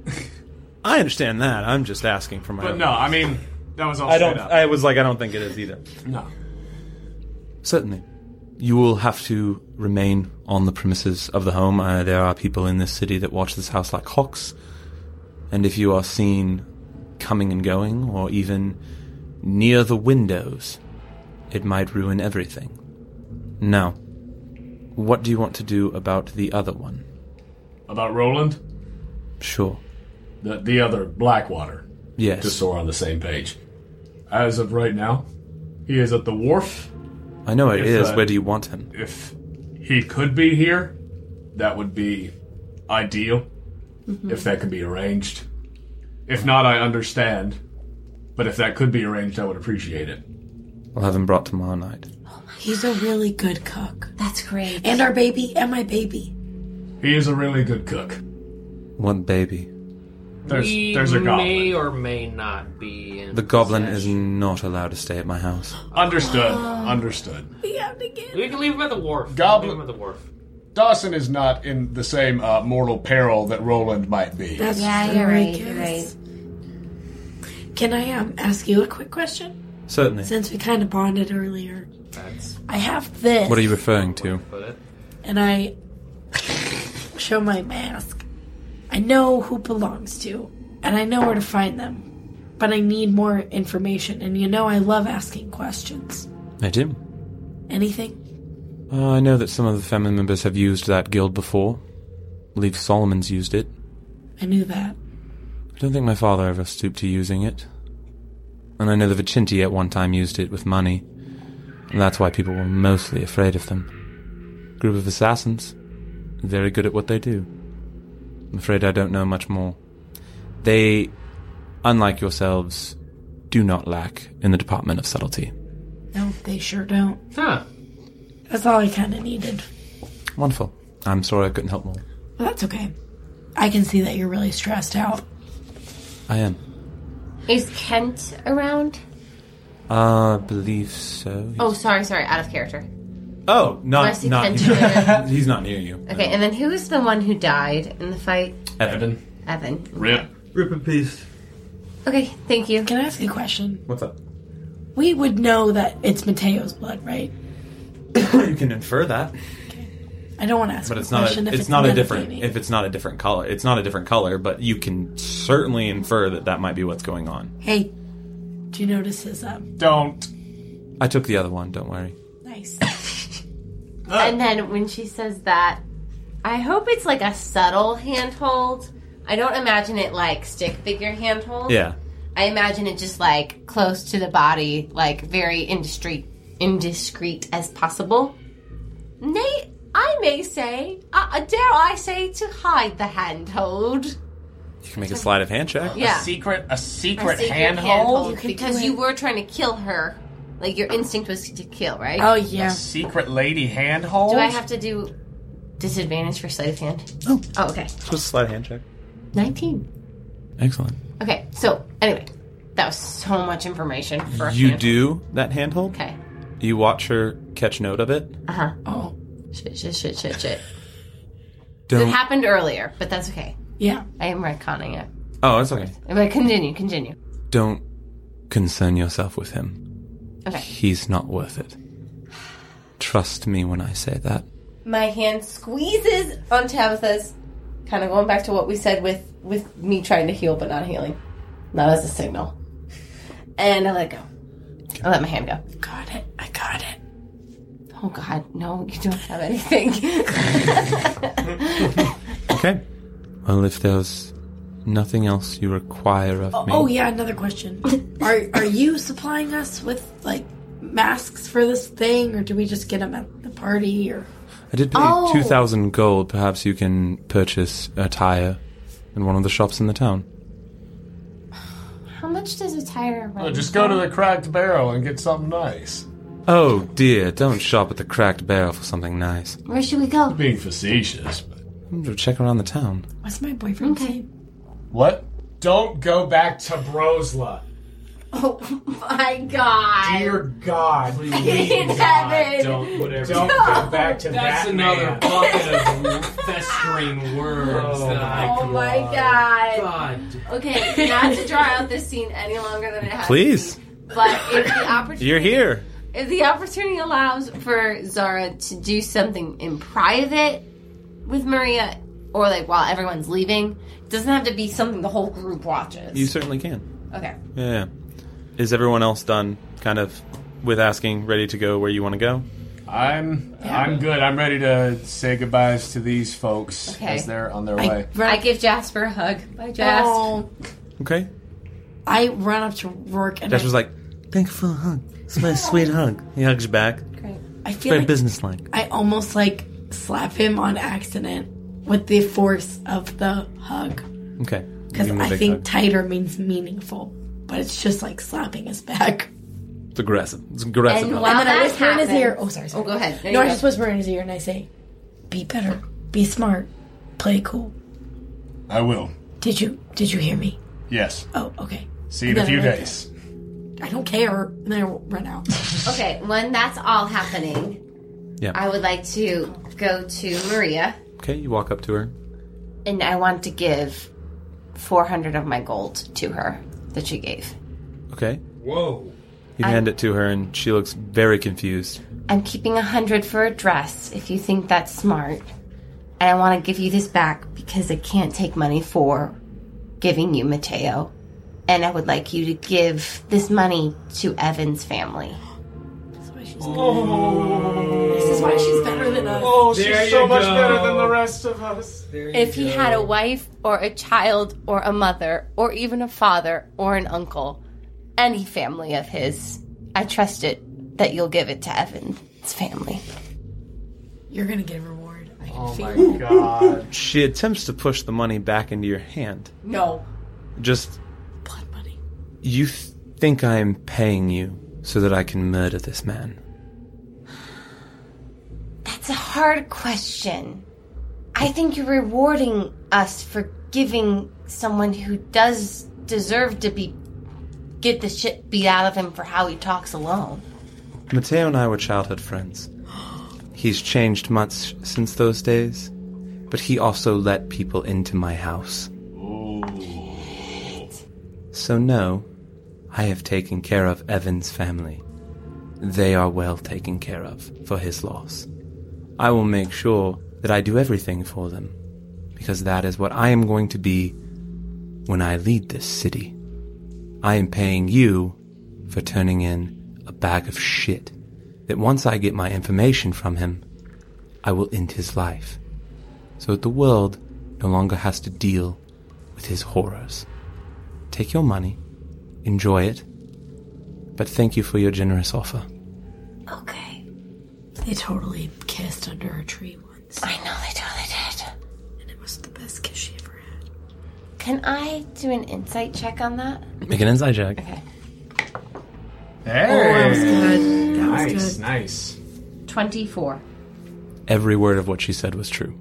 I understand that. I'm just asking for my
But
own.
no, I mean that was all
I
straight
don't
up.
I was like I don't think it is either.
no.
Certainly. You will have to remain on the premises of the home. Uh, there are people in this city that watch this house like hawks. And if you are seen coming and going, or even near the windows, it might ruin everything. Now, what do you want to do about the other one?
About Roland,
Sure.
the, the other Blackwater,
Yes.
just so we're on the same page. As of right now, he is at the wharf.
I know it
If,
is.
uh,
Where do you want him?
If he could be here, that would be ideal.
Mm-hmm.
If that could be arranged. If not, I understand. But if that could be arranged, I would appreciate it.
I'll have him brought tomorrow night.
He's a really good cook.
That's great.
And our baby and my baby.
He is a really good cook.
What baby?
There's
We
there's a
may
goblin.
or may not be in
The goblin is
possession.
not allowed to stay at my house.
Understood. Understood.
We have to get
We can leave him at the wharf.
Goblin-
Leave him at the wharf.
Dawson is not in the same uh, mortal peril that Roland might be.
That's
Yeah,
true,
you're
I
right. You're right.
guess. Can I um, ask you a quick question?
Certainly.
Since we kind of bonded earlier.
That's
I have this.
What are you referring to?
put it.
and I show my mask. I know who belongs to, and I know where to find them. But I need more information, and you know I love asking questions.
I do.
Anything?
Uh, I know that some of the family members have used that guild before. I believe Solomon's used it.
I knew that.
I don't think my father ever stooped to using it. And I know the Vicenti at one time used it with money. And that's why people were mostly afraid of them. Group of assassins. Very good at what they do. I'm afraid I don't know much more. They, unlike yourselves, do not lack in the department of subtlety.
No, they sure don't.
Huh.
That's all I kind of needed.
Wonderful. I'm sorry I couldn't help more.
Well, that's okay. I can see that you're really stressed out.
I am.
Is Kent around?
Uh, believe so.
Oh, sorry, sorry, out of character.
Oh,
I
not
see
not *laughs*
Kent.
he's not near you.
Okay, and then who is the one who died in the fight?
Evan,
Evan.
Rip.
Rip in peace.
Okay, thank you.
Can I ask you a question?
what's up? *clears throat*
We would know that it's Mateo's blood, right?
you can infer that,
I don't want to ask
but
a
it's not. A,
question if
it's, not a
another
different.
baby.
If it's not a different color, it's not a different color. But you can certainly infer that that might be what's going on.
Hey, do you notice his um?
Don't.
I took the other one. Don't worry.
Nice.
And then when she says that, I hope it's like a subtle handhold. I don't imagine it like stick figure handhold.
Yeah,
I imagine it just like close to the body, like very indiscreet, indiscreet as possible. Nay, I may say, uh, dare I say, to hide the handhold.
you can make a sleight of hand check.
Yeah.
Secret, a
A
secret,
secret
handhold.
because you were trying to kill her Like your instinct was to kill, right?
Oh yeah.
Secret lady handhold.
Do I have to do disadvantage for sleight of hand?
No.
Oh, okay.
Just a slight hand check.
19.
Excellent.
Okay, so anyway, that was so much information for a
You
hand.
do that handhold.
Okay.
You watch her catch note of it.
Uh huh.
Oh
Shit, shit, shit, shit, shit. It
Don't.
happened earlier, but that's okay.
yeah.
I am retconning it.
oh, it's okay.
But continue, continue.
Don't concern yourself with him.
Okay.
He's not worth it. Trust me when I say that.
My hand squeezes on Tabitha's, kind of going back to what we said with with me trying to heal but not healing, not as a signal. And I let go. I let my hand go.
Got it. I got it.
Oh God, no! You don't have anything.
Okay. Well, if there's nothing else you require of me,
Oh yeah, another question. *laughs* Are are you supplying us with like masks for this thing, or do we just get them at the party? Or
I did pay
Oh.
two thousand gold. Perhaps you can purchase attire in one of the shops in the town.
*laughs* How much does a tire run?
Oh, uh, Just go to the cracked barrel and get something nice.
Oh dear! Don't shop at the cracked barrel for something nice.
Where should we go?
Being facetious, but
I'm gonna check around the town.
what's my boyfriend's
Okay.
name?
what? Don't go back to Brosla.
Oh my God!
Dear God,
*laughs* In heaven.
Don't whatever.
don't go back to
That's
that
another
man.
bucket of festering words that I
Oh my God!
God.
Okay, not to draw out this scene any longer than it has. to
Please.
be, but if the opportunity
You're here.
if the opportunity allows for Zara to do something in private with Maria, or like while everyone's leaving, it doesn't have to be something the whole group watches.
You certainly can.
okay.
Yeah. Is everyone else done? Kind of with asking, ready to go where you want to go?
I'm I'm good. I'm ready to say goodbyes to these folks
Okay.
as they're on their
I
way.
I
run,
give Jasper a hug. Bye, Jas.
oh,
Okay.
I run up to Rourke and I,
Jasper's like, thank you for the hug. It's
*laughs*
my sweet hug. He hugs you back.
Great.
I feel
Very
like
businesslike.
I almost like slap him on accident with the force of the hug
Okay.
because
Give him a
I
big
think
hug.
tighter means meaningful, but it's just like slapping his
*laughs*
back.
it's aggressive. It's aggressive.
And
hug.
while
And then I
that
whisper in his ear.
happens-
Oh, sorry. sorry.
Oh, go ahead. There
No,
you
I
go.
just whisper in his ear and I say, "Be better. Be smart. Play cool."
I will.
Did you Did you hear me?
Yes.
Oh, okay.
See you in a
No,
few
no, no.
days.
I don't care. And then I run out.
Okay, when that's all happening,
Yeah.
I would like to go to Maria
Okay, you walk up to her.
and I want to give 400 of my gold to her that she gave.
Okay.
Whoa.
You hand it to her, and she looks very confused.
I'm keeping 100 for a dress if you think that's smart. And I want to give you this back because I can't take money for giving you Mateo. And I would like you to give this money to Evan's family.
this is why she's better than us.
Oh,
she's There so you much go. better than the
rest of us.
If he had a wife or a child or a mother or even a father or an uncle, any family of his, I trust it that you'll give it to Evan's family.
You're gonna get a reward. I can feel it.
Oh My God.
She attempts to push the money back into your hand.
No.
Just,
blood money.
you th- think I am paying you so that I can murder this man.
That's a hard question. I think you're rewarding us for giving someone who does deserve to be get the shit beat out of him for how he talks alone.
Mateo and I were childhood friends. He's changed much since those days, but he also let people into my house. So, no, I have taken care of Evan's family. They are well taken care of for his loss. I will make sure that I do everything for them, because that is what I am going to be when I lead this city. I am paying you for turning in a bag of shit that once I get my information from him, I will end his life. So that the world no longer has to deal with his horrors. Take your money, enjoy it, but thank you for your generous offer.
Okay.
They totally kissed under a tree once,
I know they totally did.
and it was the best kiss she ever had.
Can I do an insight check on that?
Make an inside check.
Okay.
Hey.
Good. That was
Oh, Nice,
good.
nice.
24.
Every word of what she said was true.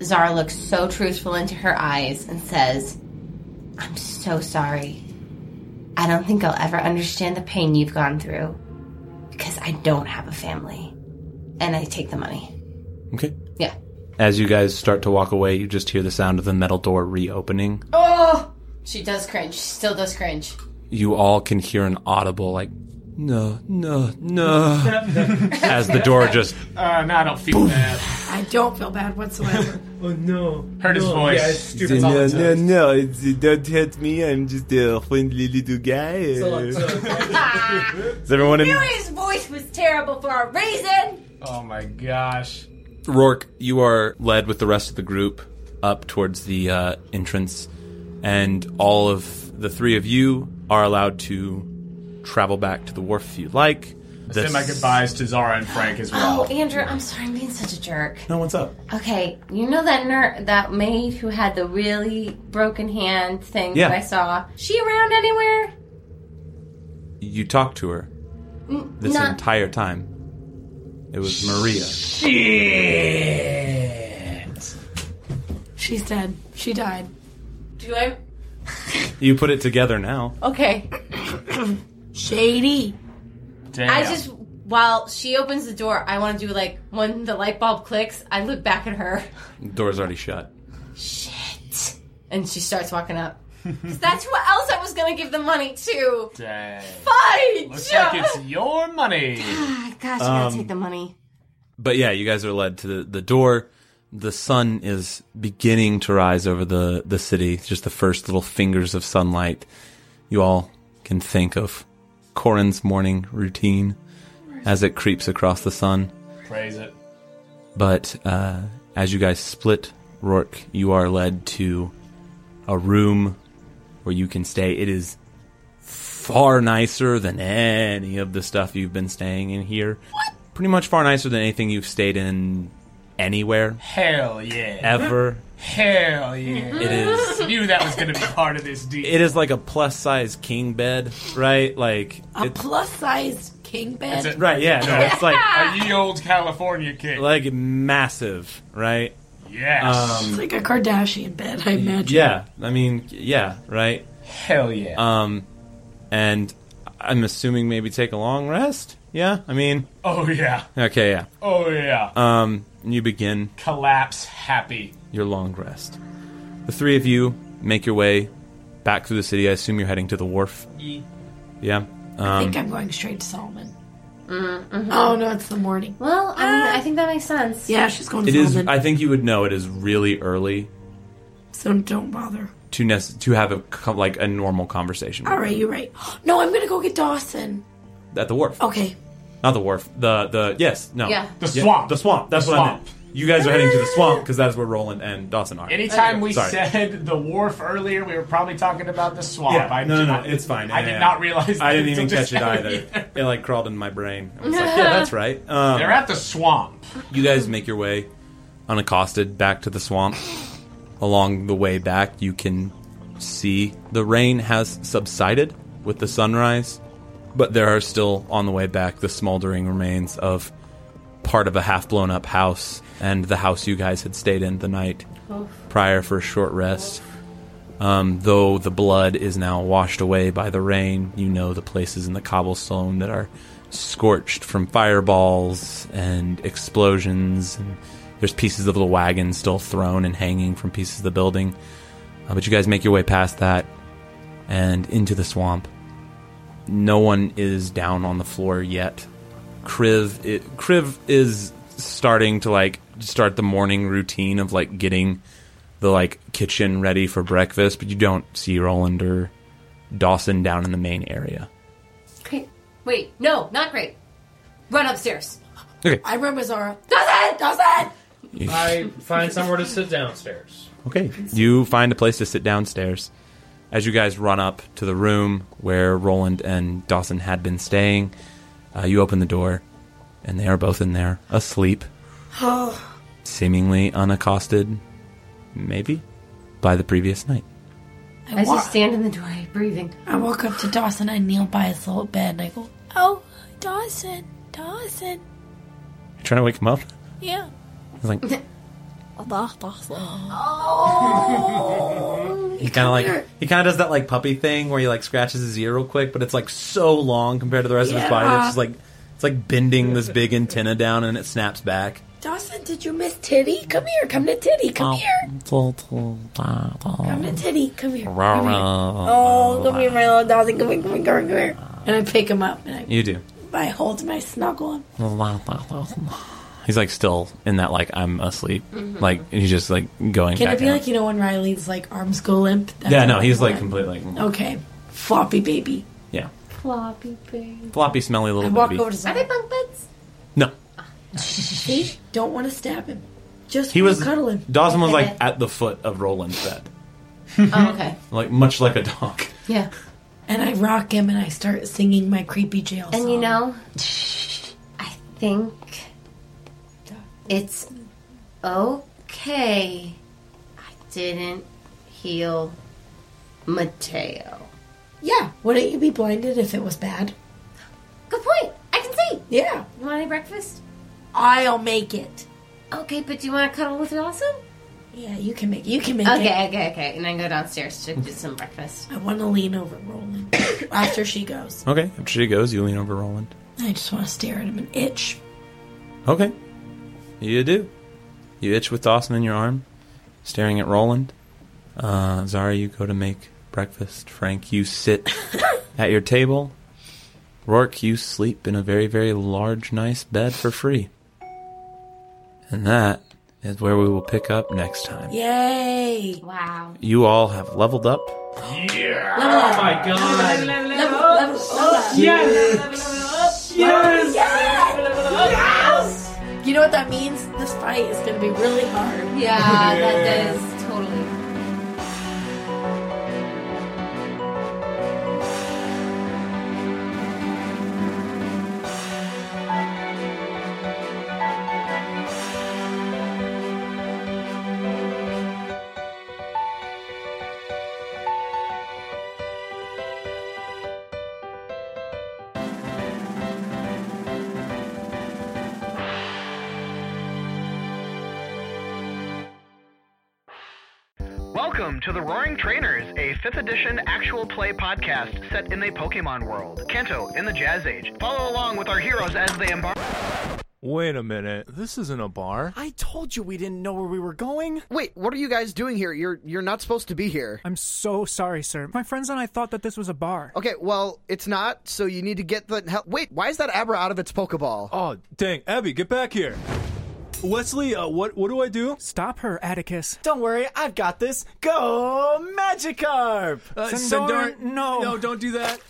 Zara looks so truthful into her eyes and says, I'm so sorry. I don't think I'll ever understand the pain you've gone through because I don't have a family. And I take the money.
Okay.
Yeah.
As you guys start to walk away, you just hear the sound of the metal door reopening.
Oh! She does cringe. She still does cringe.
You all can hear an audible, like, no, no, no, as the door just
Uh, no, I don't feel bad.
I don't feel
*laughs*
bad whatsoever.
Oh no.
Heard his voice.
Yeah, it's stupid. It's all it
no,
does.
no, it's, uh, don't hurt me. I'm just a friendly little guy.
It's all it
Uh,
does.
Is everyone in?
His voice was terrible for a reason!
Oh my gosh.
Rourke, you are led with the rest of the group up towards the uh, entrance, and all of the three of you are allowed to travel back to the wharf if you like. The
Send my goodbyes to Zara and Frank as well.
Oh, Andrew, I'm sorry I'm being such a jerk.
No, what's up?
Okay, you know that ner- that maid who had the really broken hand thing
Yeah.
that I saw? She around anywhere?
you talked to her this
not-
entire time. It was Maria.
She's dead. She died.
Do I?
You put it together now.
Okay.
Shady.
Damn.
I just while she opens the door, I want to do like when the light bulb clicks, I look back at her
The door's already shut.
and she starts
*laughs*
walking up. 'Cause that's who else I was gonna give the money to.
Dang.
Fudge!
Looks like it's your money.
Ah, Gosh, I gotta take the money.
But yeah, you guys are led to the, the door. The sun is beginning to rise over the, the city. It's Just the first little fingers of sunlight. You all can think of Corin's morning routine as it creeps across the sun.
Praise it.
But uh, as you guys split, Rourke, you are led to a room where you can stay. It is far nicer than any of the stuff you've been staying in here. What? Pretty much far nicer than anything you've stayed in anywhere
Hell yeah.
ever.
Hell yeah.
It is.
Knew that was gonna be part of this
*laughs*
deal.
It is like a plus size king bed, right? Like
A
it's
plus sized king bed.
That's it.
right, yeah. No, it's like
*laughs*
A ye old California kid.
like massive, right?
Yes.
It's like a Kardashian bed, I imagine.
Yeah, I mean, yeah, right.
Hell yeah.
Um, and I'm assuming maybe take a long rest. Yeah, I mean,
oh yeah.
okay, yeah.
Oh yeah.
Um, you begin
Collapse happy.
your long rest. The three of you make your way back through the city. I assume you're heading to the wharf. Yeah.
I think I'm going straight to Solomon.
Mm-hmm,
Oh no, it's the morning.
Well, I, mean, I think that makes sense.
Yeah, she's going to
It is.
Solomon.
I think you would know. It is really early
so don't bother.
to nec- to have a co- like a normal conversation
All right, you're right. *gasps* No, I'm gonna go get Dawson.
at the wharf.
Okay.
Not the wharf. The the yes no.
Yeah.
The swamp.
The swamp. That's
The
what I
swamp.
meant. You guys are heading to the swamp because that's where Roland and Dawson are.
Anytime we
Sorry.
said the wharf earlier, we were probably talking about the swamp.
Yeah,
I
Oh, no,
did
no,
not-
it's fine.
I
Yeah,
did
yeah.
not realize.
I didn't
that
even
until
catch it
*laughs* just now.
either. It like crawled in my brain. I
*laughs*
was like, yeah, that's right. Um,
They're at the swamp.
you guys make your way unaccosted back to the swamp. Along the way back, you can see the rain has subsided with the sunrise, but there are still on the way back the smoldering remains of part of a half blown up house and the house you guys had stayed in the night prior for a short rest. Um, though the blood is now washed away by the rain, you know the places in the cobblestone that are scorched from fireballs and explosions. And there's pieces of the wagon still thrown and hanging from pieces of the building. Uh, but you guys make your way past that and into the swamp. No one is down on the floor yet. Kriv, i Kriv is starting to like start the morning routine of like getting the like kitchen ready for breakfast, but you don't see Roland or Dawson down in the main area.
Great. Wait, no, not great. Run upstairs.
I remember Zara.
Doesn't.
Dawson!
I find somewhere to sit downstairs.
Okay. You find a place to sit downstairs. As you guys run up to the room where Roland and Dawson had been staying, uh, you open the door, and they are both in there, asleep,
Oh,
seemingly unaccosted, maybe, by the previous night.
I,
I
wa-
just stand in the doorway, breathing.
I walk up to Dawson. I kneel by his little bed and I go,
Oh, Dawson, Dawson,
You trying to wake him up?
yeah.
He's like,
Allah, Dawson.
He kind of like he kind of does that like puppy thing where he like scratches his ear real quick, but it's like so long compared to the rest of his body.
Yeah.
It's just like it's like bending this big antenna down and it snaps back.
Dawson, did you miss Titty? Come here, come to Titty,
Oh.
come here. Come to Titty, come here. Come here. Oh, come here, my little Dawson, come here, come here, come here. come here. And I pick him up and
You do.
I, I hold him, I snuggle him.
He's like still in that like I'm asleep.
Mhm.
Like and he's just like going.
Can
back
it be
out.
like, you know, when Riley's like arms go limp? That's
yeah,
what
no,
I
he's like
want.
completely like
Okay, floppy baby.
yeah,
Floppy baby.
floppy, smelly
I
little
walk
baby.
over to Are they bunk beds?
No.
See? Don't want to stab him. Just
He was
cuddle him.
Dawson was like at the foot of Roland's bed,
oh, okay.
like much like a dog.
Yeah. And I rock him and I start singing my creepy jail song.
And you know, I think it's okay. I didn't heal Mateo.
Yeah. Wouldn't you be blinded if it was bad?
Good point. I can see.
Yeah.
You want any breakfast?
I'll make it.
Okay, but do you want to cuddle with Dawson?
Yeah, you can make You can make
okay,
it.
okay, okay. And then go downstairs to do some breakfast.
I want to lean over Roland *coughs* after she goes.
Okay, after she goes, you lean over Roland.
I just want to stare at him and itch.
Okay, you do. You itch with Dawson in your arm, staring at Roland. Uh, Zara, you go to make breakfast. Frank, you sit at your table. Rourke, you sleep in a very, very large, nice bed for free. And that is where we will pick up next time.
Yay!
Wow.
You all have leveled up.
Yeah.
Oh
my god.
Level, level, up.
Yes. Yes.
Yes! You know what that means? This fight is going to be really hard.
Yeah, that does totally.
Welcome to the Roaring Trainers, a 5th edition actual play podcast set in the Pokemon world, Kanto in the Jazz Age. Follow along with our heroes as they embark.
Wait a minute. This isn't a bar.
I told you we didn't know where we were going. Wait, what are you guys doing here? You're you're not supposed to be here.
I'm so sorry, sir. My friends and I thought that this was a bar.
Okay, well, it's not, so you need to get the help. Wait, why is that Abra out of its Pokeball?
Oh, dang. Abby, get back here. Wesley, uh, what what do I do?
Stop her, Atticus.
Don't worry, I've got this. Go Magikarp!
Uh, Sindor-
no.
No, don't do that.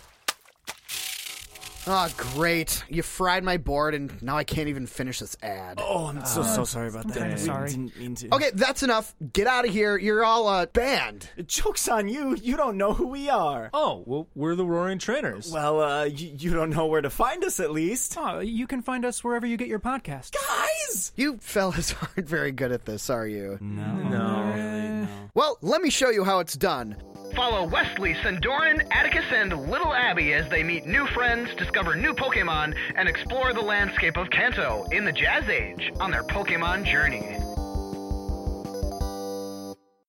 Ah, great. You fried my board, and now I can't even finish this ad.
Oh, I'm so so sorry about that.
dang.
I'm sorry.
Didn't mean to.
Okay, that's enough. Get out of here. You're all uh, banned.
Joke's on you. You don't know who we are.
Oh, well, we're the Roaring Trainers.
Well, uh, you, you don't know where to find us at least.
Oh, you can find us wherever you get your podcast.
Guys! You fellas *laughs* aren't very good at this, are you? No.
No, really.
Well, let me show you how it's done. Follow Wesley, Sindorin, Atticus, and Little Abby as they meet new friends, discover new Pokemon, and explore the landscape of Kanto in the Jazz Age on their Pokemon journey.